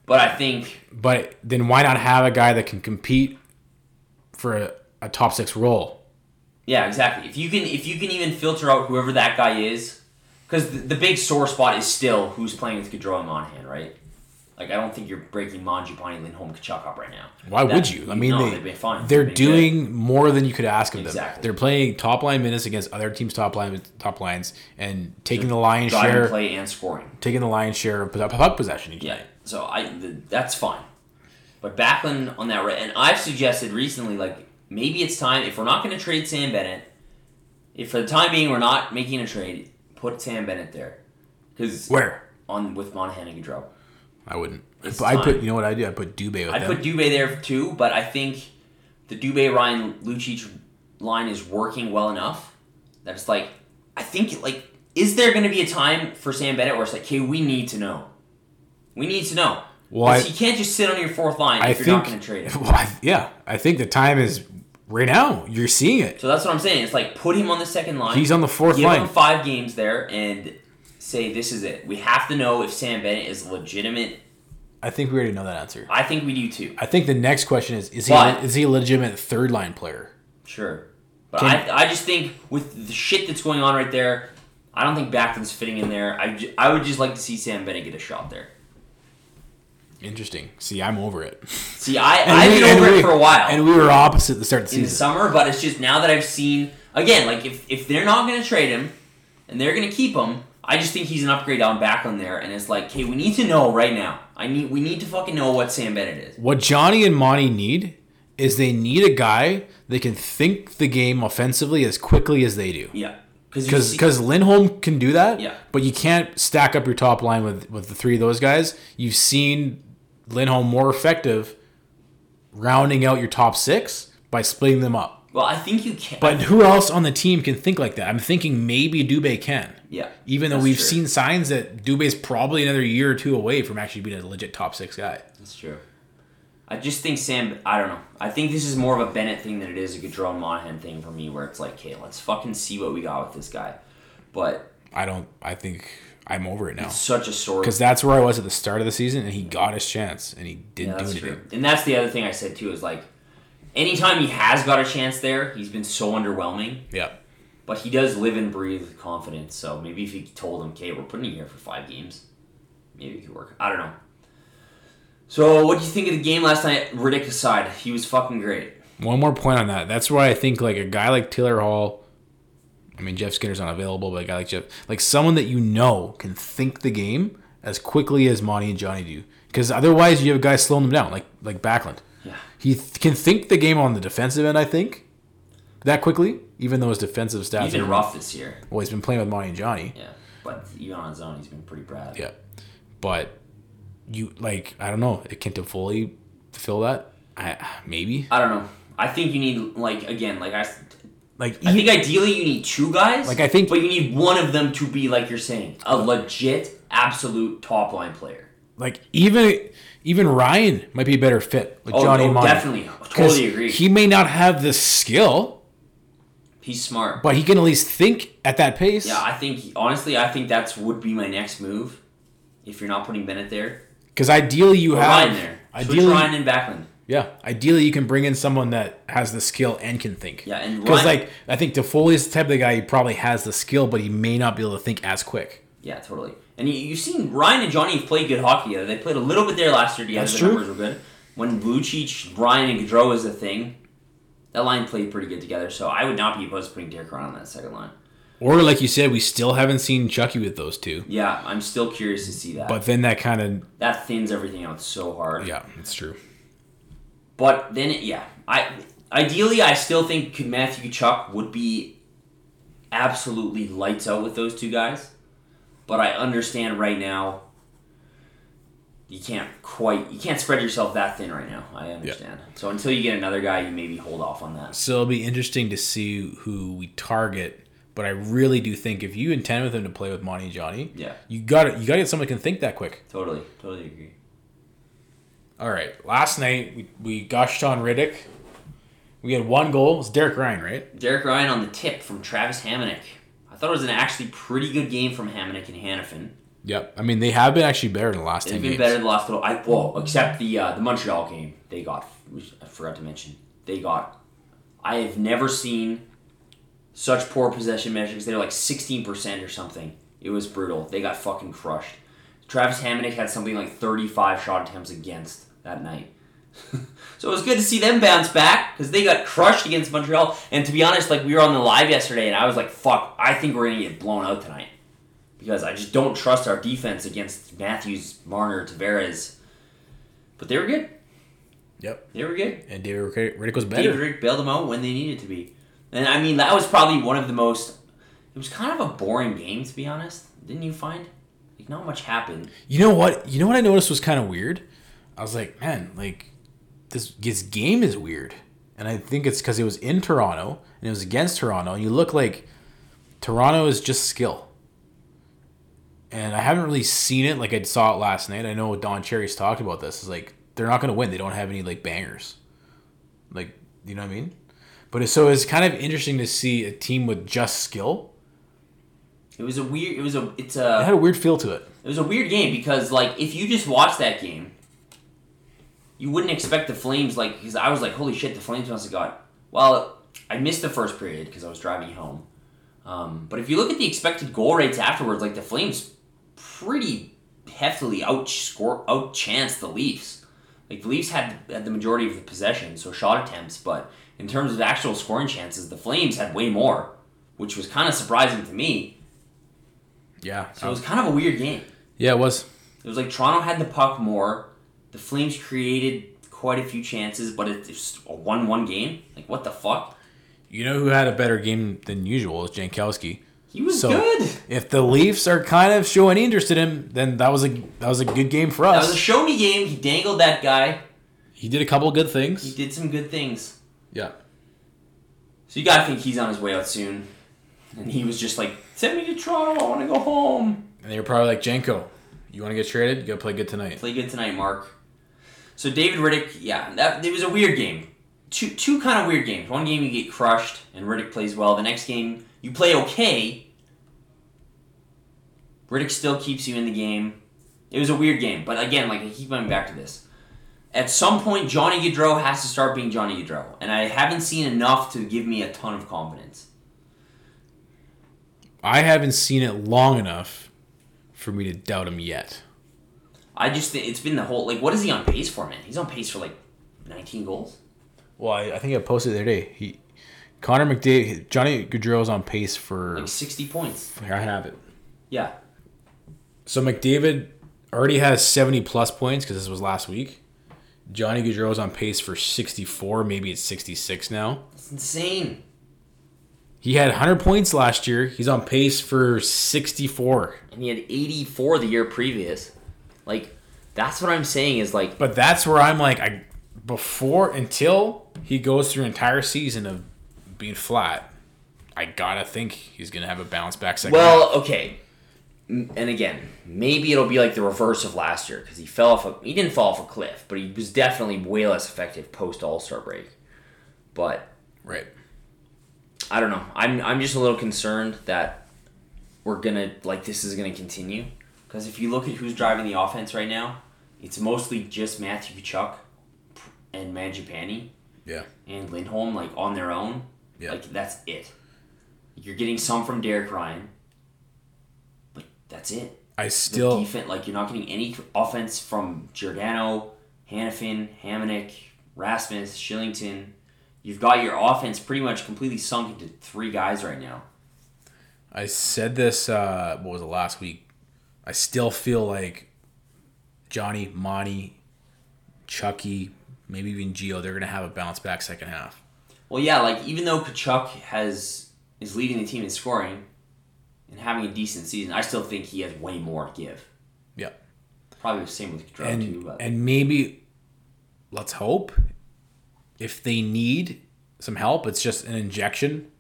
[SPEAKER 2] but I think
[SPEAKER 1] but then why not have a guy that can compete for a, a top six role?
[SPEAKER 2] Yeah, exactly. If you can, if you can even filter out whoever that guy is, because the, the big sore spot is still who's playing with Gaudreau and Monahan, right? Like, I don't think you're breaking Mangiapane, Lindholm, Kachuk up right now.
[SPEAKER 1] Why
[SPEAKER 2] That-
[SPEAKER 1] would you? I mean,
[SPEAKER 2] no,
[SPEAKER 1] they,
[SPEAKER 2] they've been fine.
[SPEAKER 1] They're
[SPEAKER 2] They've been
[SPEAKER 1] doing more than you could ask of them.
[SPEAKER 2] Exactly.
[SPEAKER 1] They're playing top line minutes against other teams' top line top lines and taking the lion's
[SPEAKER 2] good. driving
[SPEAKER 1] share,
[SPEAKER 2] play and scoring.
[SPEAKER 1] taking the lion's share of puck- puck possession. Each
[SPEAKER 2] Yeah, so I th- that's fine. But Backlund on that right, and I've suggested recently, like maybe it's time if we're not going to trade Sam Bennett, if for the time being we're not making a trade, put Sam Bennett there, because
[SPEAKER 1] Where
[SPEAKER 2] on with Monahan and Gaudreau.
[SPEAKER 1] I wouldn't,
[SPEAKER 2] It's
[SPEAKER 1] but I put
[SPEAKER 2] time.
[SPEAKER 1] you know what I do? I put Dubé with
[SPEAKER 2] I'd
[SPEAKER 1] them.
[SPEAKER 2] put Dubé there too, but I think the Dubé Ryan Lucic line is working well enough that it's like I think like is there going to be a time for Sam Bennett where it's like, okay, we need to know, we need to know.
[SPEAKER 1] Well, I-
[SPEAKER 2] Because he can't just sit on your fourth line
[SPEAKER 1] I
[SPEAKER 2] if you're
[SPEAKER 1] think,
[SPEAKER 2] not going to trade him.
[SPEAKER 1] Well, I- yeah, I think the time is right now. You're seeing it.
[SPEAKER 2] So that's what I'm saying. It's like put him on the second line.
[SPEAKER 1] He's on the fourth
[SPEAKER 2] give him
[SPEAKER 1] line.
[SPEAKER 2] five games there and say this is it. We have to know if Sam Bennett is legitimate.
[SPEAKER 1] I think we already know that answer.
[SPEAKER 2] I think we do too.
[SPEAKER 1] I think the next question is: Is he
[SPEAKER 2] Why?
[SPEAKER 1] is he a legitimate third line player?
[SPEAKER 2] Sure. But
[SPEAKER 1] Can-
[SPEAKER 2] I, I just think with the shit that's going on right there, I don't think Backlund's fitting in there. I, ju- I would just like to see Sam Bennett get a shot there.
[SPEAKER 1] Interesting. See, I'm over it.
[SPEAKER 2] See, I, I've
[SPEAKER 1] we-
[SPEAKER 2] been over
[SPEAKER 1] we-
[SPEAKER 2] it for a while
[SPEAKER 1] and we were opposite at the start of the
[SPEAKER 2] in the
[SPEAKER 1] season.
[SPEAKER 2] summer, but it's just now that I've seen, again, like if, if they're not going to trade him and they're going to keep him, I just think he's an upgrade on Backlund there. And it's like, okay, we need to know right now. I need We need to fucking know what Sam Bennett is.
[SPEAKER 1] What Johnny and Monty need is they need a guy that can think the game offensively as quickly as they do.
[SPEAKER 2] Yeah. Because
[SPEAKER 1] Because because Lindholm can do that,
[SPEAKER 2] Yeah.
[SPEAKER 1] but you can't stack up your top line with with the three of those guys. You've seen Lindholm more effective rounding out your top six by splitting them up.
[SPEAKER 2] Well, I think you can.
[SPEAKER 1] But who else on the team can think like that? I'm thinking maybe Dubé can.
[SPEAKER 2] yeah.
[SPEAKER 1] Even though
[SPEAKER 2] that's
[SPEAKER 1] we've
[SPEAKER 2] true.
[SPEAKER 1] seen signs that Dubé's probably another year or two away from actually being a legit top six guy.
[SPEAKER 2] That's true. I just think Sam. I don't know. I think this is more of a Bennett thing than it is a Gaudreau and Monahan thing for me, where it's like, okay, let's fucking see what we got with this guy. But
[SPEAKER 1] I don't. I think I'm over it now
[SPEAKER 2] such a sore.
[SPEAKER 1] because that's where I was at the start of the season, and he got his chance, and he
[SPEAKER 2] Yeah,
[SPEAKER 1] didn't do
[SPEAKER 2] that's
[SPEAKER 1] anything.
[SPEAKER 2] true. And that's the other thing I said too is like, anytime he has got a chance there, he's been so underwhelming.
[SPEAKER 1] Yeah,
[SPEAKER 2] But he does live and breathe confidence. So maybe if he told him, okay, we're putting you here for five games, maybe it could work. I don't know. So what do you think of the game last night? Riddick aside, he was fucking great.
[SPEAKER 1] one more point on that. That's why I think like a guy like Taylor Hall. I mean, Jeff Skinner's not available, but a guy like Jeff, like someone that you know can think the game as quickly as Monty and Johnny do, because otherwise you have guys slowing them down, like like Backlund.
[SPEAKER 2] Yeah.
[SPEAKER 1] He th- can think the game on the defensive end, I think, that quickly. Even though his defensive stats,
[SPEAKER 2] He's been
[SPEAKER 1] are-
[SPEAKER 2] rough this year.
[SPEAKER 1] Well, he's been playing with Monty and Johnny.
[SPEAKER 2] Yeah, but even on his own, he's been pretty bad.
[SPEAKER 1] Yeah. But you like I don't know, it can't fully fill that. I maybe.
[SPEAKER 2] I don't know. I think you need like again, like I, s-
[SPEAKER 1] Like
[SPEAKER 2] I
[SPEAKER 1] e-
[SPEAKER 2] think ideally you need two guys.
[SPEAKER 1] Like, I think-
[SPEAKER 2] but you need one of them to be like you're saying a legit, absolute top line player.
[SPEAKER 1] like even even Ryan might be a better fit with
[SPEAKER 2] Oh,
[SPEAKER 1] Johnny
[SPEAKER 2] no,
[SPEAKER 1] Manu.
[SPEAKER 2] definitely,
[SPEAKER 1] 'Cause
[SPEAKER 2] totally agree.
[SPEAKER 1] He may not have the skill,
[SPEAKER 2] He's smart.
[SPEAKER 1] but he can at least think at that pace.
[SPEAKER 2] yeah, I think honestly, I think that's would be my next move. If you're not putting Bennett there,
[SPEAKER 1] Because ideally you
[SPEAKER 2] Put
[SPEAKER 1] have
[SPEAKER 2] Ryan there. Switch
[SPEAKER 1] Ideally,
[SPEAKER 2] Ryan and Backlund.
[SPEAKER 1] yeah. Ideally, you can bring in someone that has the skill and can think.
[SPEAKER 2] Yeah, and
[SPEAKER 1] because
[SPEAKER 2] Ryan-
[SPEAKER 1] like I think Toffoli is the type of guy who probably has the skill, but he may not be able to think as quick.
[SPEAKER 2] Yeah, totally. And you, you've seen Ryan and Johnny have played good hockey together. They played a little bit there last year. Yeah,
[SPEAKER 1] That's
[SPEAKER 2] the
[SPEAKER 1] true.
[SPEAKER 2] numbers were good. When Lucic, Ryan, and Gaudreau was a thing, that line played pretty good together. So I would not be opposed to putting Derek Ryan on that second line.
[SPEAKER 1] Or like you said, we still haven't seen Chucky with those two.
[SPEAKER 2] Yeah, I'm still curious to see that.
[SPEAKER 1] But then that kind of
[SPEAKER 2] that thins everything out so hard.
[SPEAKER 1] yeah, it's true.
[SPEAKER 2] But then, it, yeah, I ideally I still think Matthew Kachuk would be absolutely lights out with those two guys. But I understand right now you can't quite you can't spread yourself that thin right now. I understand. So until you get another guy, you maybe hold off on that.
[SPEAKER 1] So it'll be interesting to see who we target. But I really do think if you intend with him to play with Monty and Johnny,
[SPEAKER 2] Yeah.
[SPEAKER 1] you got to You got to get someone who can think that quick.
[SPEAKER 2] Totally, totally agree.
[SPEAKER 1] All right. Last night we, we gushed on Riddick. We had one goal. It was Derek Ryan, right?
[SPEAKER 2] Derek Ryan on the tip from Travis Hamonic. I thought it was an actually pretty good game from Hamonic and Hannafin.
[SPEAKER 1] Yep. I mean, they have been actually better in the last
[SPEAKER 2] They've
[SPEAKER 1] ten
[SPEAKER 2] been
[SPEAKER 1] games.
[SPEAKER 2] better than the last little. I well, except the uh, the Montreal game. They got. which I forgot to mention. They got. I have never seen such poor possession metrics. They're like sixteen percent or something. It was brutal. They got fucking crushed. Travis Hammonick had something like thirty-five shot attempts against that night. so it was good to see them bounce back because they got crushed against Montreal. And to be honest, like we were on the live yesterday, and I was like, "Fuck, I think we're gonna get blown out tonight." because I just don't trust our defense against Matthews, Marner, Tavares. But they were good.
[SPEAKER 1] Yep.
[SPEAKER 2] They were good.
[SPEAKER 1] And David Riddick- Riddick was better.
[SPEAKER 2] David Rick bailed them out when they needed to be. And I mean, that was probably one of the most. It was kind of a boring game, to be honest. Didn't you find? Like, not much happened.
[SPEAKER 1] You know what? You know what I noticed was kind of weird. I was like, man, like this this game is weird, and I think it's because it was in Toronto and it was against Toronto. And you look like Toronto is just skill, and I haven't really seen it like I saw it last night. I know Don Cherry's talked about this. Is like they're not going to win. They don't have any like bangers, like you know what I mean. But it's, so it's kind of interesting to see a team with just skill.
[SPEAKER 2] It was a weird. It was a. It's
[SPEAKER 1] It
[SPEAKER 2] a.
[SPEAKER 1] had a weird feel to it.
[SPEAKER 2] It was a weird game because, like, if you just watch that game, you wouldn't expect the Flames, like, because I was like, holy shit, the Flames must have got. Well, I missed the first period because I was driving home. Um, but if you look at the expected goal rates afterwards, like, the Flames pretty heftily outscore, outchanced the Leafs. Like, the Leafs had, had the majority of the possession, so shot attempts, but in terms of actual scoring chances, the Flames had way more, which was kind of surprising to me.
[SPEAKER 1] Yeah.
[SPEAKER 2] So it was kind of a weird game.
[SPEAKER 1] yeah, it was.
[SPEAKER 2] It was like Toronto had the puck more. The Flames created quite a few chances, but it's just a one-one game. Like what the fuck?
[SPEAKER 1] You know who had a better game than usual is Jankowski.
[SPEAKER 2] He was
[SPEAKER 1] So-
[SPEAKER 2] good.
[SPEAKER 1] If the Leafs are kind of showing interest in him, then that was a that was a good game for
[SPEAKER 2] That was a
[SPEAKER 1] us.
[SPEAKER 2] show me game. He dangled that guy.
[SPEAKER 1] He did a couple good
[SPEAKER 2] He
[SPEAKER 1] things.
[SPEAKER 2] did some good things.
[SPEAKER 1] Yeah.
[SPEAKER 2] So you gotta think he's on his way out soon. And he was just like, "Send me to Toronto. I want to go home.
[SPEAKER 1] And they were probably like, Janko, you want to get traded? You gotta play good tonight.
[SPEAKER 2] Play good tonight, Mark." So David Riddick, yeah, that it was a weird game. Two two kind of weird games. One game you get crushed and Riddick plays well. The next game you play okay, Riddick still keeps you in the game. It was a weird game, but again, like I keep going back to this. At some point, Johnny Gaudreau has to start being Johnny Gaudreau, and I haven't seen enough to give me a ton of confidence.
[SPEAKER 1] I haven't seen it long enough for me to doubt him yet.
[SPEAKER 2] I just think it's been the whole like, what is he on pace for, man? He's on pace for like 19 goals.
[SPEAKER 1] Well, I, I think I posted the other day. He Connor McDavid Johnny Gaudreau's on pace for
[SPEAKER 2] Like 60 points.
[SPEAKER 1] here, I have it.
[SPEAKER 2] Yeah,
[SPEAKER 1] So McDavid already has 70 plus points because this was last week. Johnny Gaudreau's on pace for 64, maybe it's 66 now.
[SPEAKER 2] that's insane.
[SPEAKER 1] He had 100 points last year. He's on pace for 64.
[SPEAKER 2] And he had 84 the year previous. Like, that's what I'm saying is like,
[SPEAKER 1] But that's where I'm like, I before until he goes through an entire season of being flat, I gotta think he's gonna have a bounce back second. half.
[SPEAKER 2] Well, okay. M- And again, maybe it'll be like the reverse of last year because he fell off. A, he didn't fall off a cliff, but he was definitely way less effective post All Star break. But
[SPEAKER 1] right.
[SPEAKER 2] I don't know. I'm I'm just a little concerned that we're gonna like this is gonna continue because if you look at who's driving the offense right now, it's mostly just Matthew Chuck and Manjapani
[SPEAKER 1] Yeah.
[SPEAKER 2] and Lindholm like on their own.
[SPEAKER 1] Yeah.
[SPEAKER 2] Like that's it. You're getting some from Derek Ryan, but that's it
[SPEAKER 1] I
[SPEAKER 2] the
[SPEAKER 1] still
[SPEAKER 2] defense. Like you're not getting any offense from Giordano, Hannafin, Hamannik, Rasmus, Shillington. You've got your offense pretty much completely sunk into three guys right now.
[SPEAKER 1] I said this. Uh, what was it last week? I still feel like Johnny, Monty, Chucky, maybe even Geo. They're gonna have a bounce back second half.
[SPEAKER 2] Well, yeah, like even though Kachuk has is leading the team in scoring and having a decent season, I still think he has way more to give.
[SPEAKER 1] Yeah.
[SPEAKER 2] probably the same with Drought too,
[SPEAKER 1] and
[SPEAKER 2] but
[SPEAKER 1] and maybe let's hope if they need some help, it's just an injection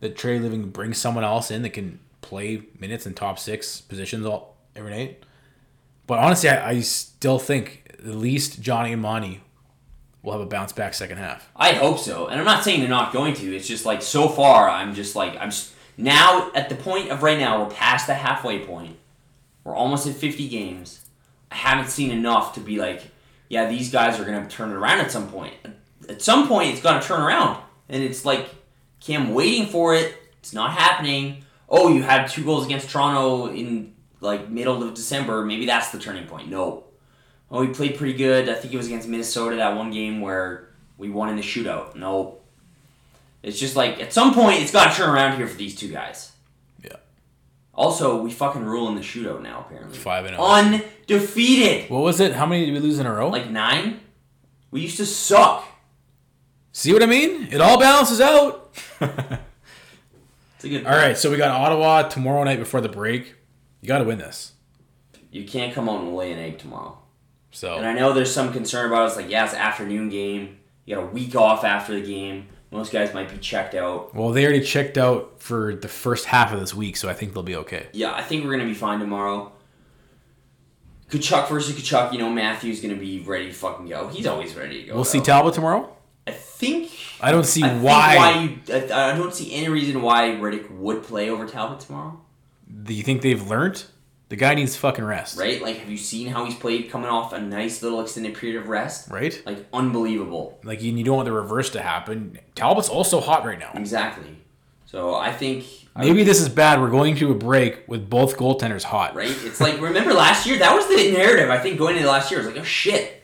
[SPEAKER 1] that Trey Living brings someone else in that can play minutes in top six positions all every night. But honestly, I, I still think at least Johnny and Monty will have a bounce back second half.
[SPEAKER 2] I hope so. And I'm not saying they're not going to. It's just like so far, I'm just like I'm s now at the point of right now. We're past the halfway point. We're almost at 50 games. I haven't seen enough to be like, yeah, these guys are gonna turn it around at some point. At some point, it's gonna turn around, and it's like, okay, I'm waiting for it. It's not happening. Oh, you had two goals against Toronto in like middle of December. Maybe that's the turning point. No. Oh, we played pretty good. I think it was against Minnesota that one game where we won in the shootout. No. It's just like at some point it's gotta turn around here for these two guys.
[SPEAKER 1] Yeah.
[SPEAKER 2] Also, we fucking rule in the shootout now, apparently.
[SPEAKER 1] Five and oh.
[SPEAKER 2] Undefeated.
[SPEAKER 1] What was it? How many did we lose in a row?
[SPEAKER 2] Like nine? We used to suck.
[SPEAKER 1] See what I mean? It all balances out.
[SPEAKER 2] It's a good
[SPEAKER 1] All right, so we got Ottawa tomorrow night before the break. You got to win this.
[SPEAKER 2] You can't come out and lay an egg tomorrow.
[SPEAKER 1] So
[SPEAKER 2] And I know there's some concern about it. It's like, yeah, it's an afternoon game. You got a week off after the game. Most guys might be checked out.
[SPEAKER 1] Well, they already checked out for the first half of this week, so I think they'll be okay.
[SPEAKER 2] Yeah, I think we're gonna be fine tomorrow. Kachuk versus Kachuk, you know Matthew's gonna be ready to fucking go. He's always ready to go.
[SPEAKER 1] We'll see
[SPEAKER 2] though.
[SPEAKER 1] Talbot tomorrow.
[SPEAKER 2] I think.
[SPEAKER 1] I don't see
[SPEAKER 2] Oh. I think
[SPEAKER 1] why.
[SPEAKER 2] why you, I, I don't see any reason why Riddick would play over Talbot tomorrow,
[SPEAKER 1] Do you think they've learned? The guy needs fucking rest,
[SPEAKER 2] right? Like, have you seen how he's played coming off a nice little extended period of rest?
[SPEAKER 1] Right?
[SPEAKER 2] Like, unbelievable.
[SPEAKER 1] Like you, you don't want the reverse to happen. Talbot's also hot right now.
[SPEAKER 2] Exactly. So I think.
[SPEAKER 1] Maybe this is bad. We're going to a break with both goaltenders hot.
[SPEAKER 2] Right? It's like, remember last year? That was the narrative, I think, going into last year. It was like, oh shit.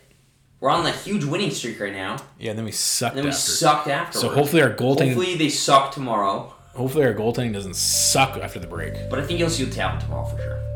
[SPEAKER 2] We're on the huge winning streak right now.
[SPEAKER 1] Yeah. And then we sucked.
[SPEAKER 2] And then we
[SPEAKER 1] after.
[SPEAKER 2] sucked after.
[SPEAKER 1] So hopefully our goaltending, hopefully,
[SPEAKER 2] Hopefully they suck tomorrow.
[SPEAKER 1] our goaltending doesn't suck after the break.
[SPEAKER 2] But I think you'll see the Talbot tomorrow for sure.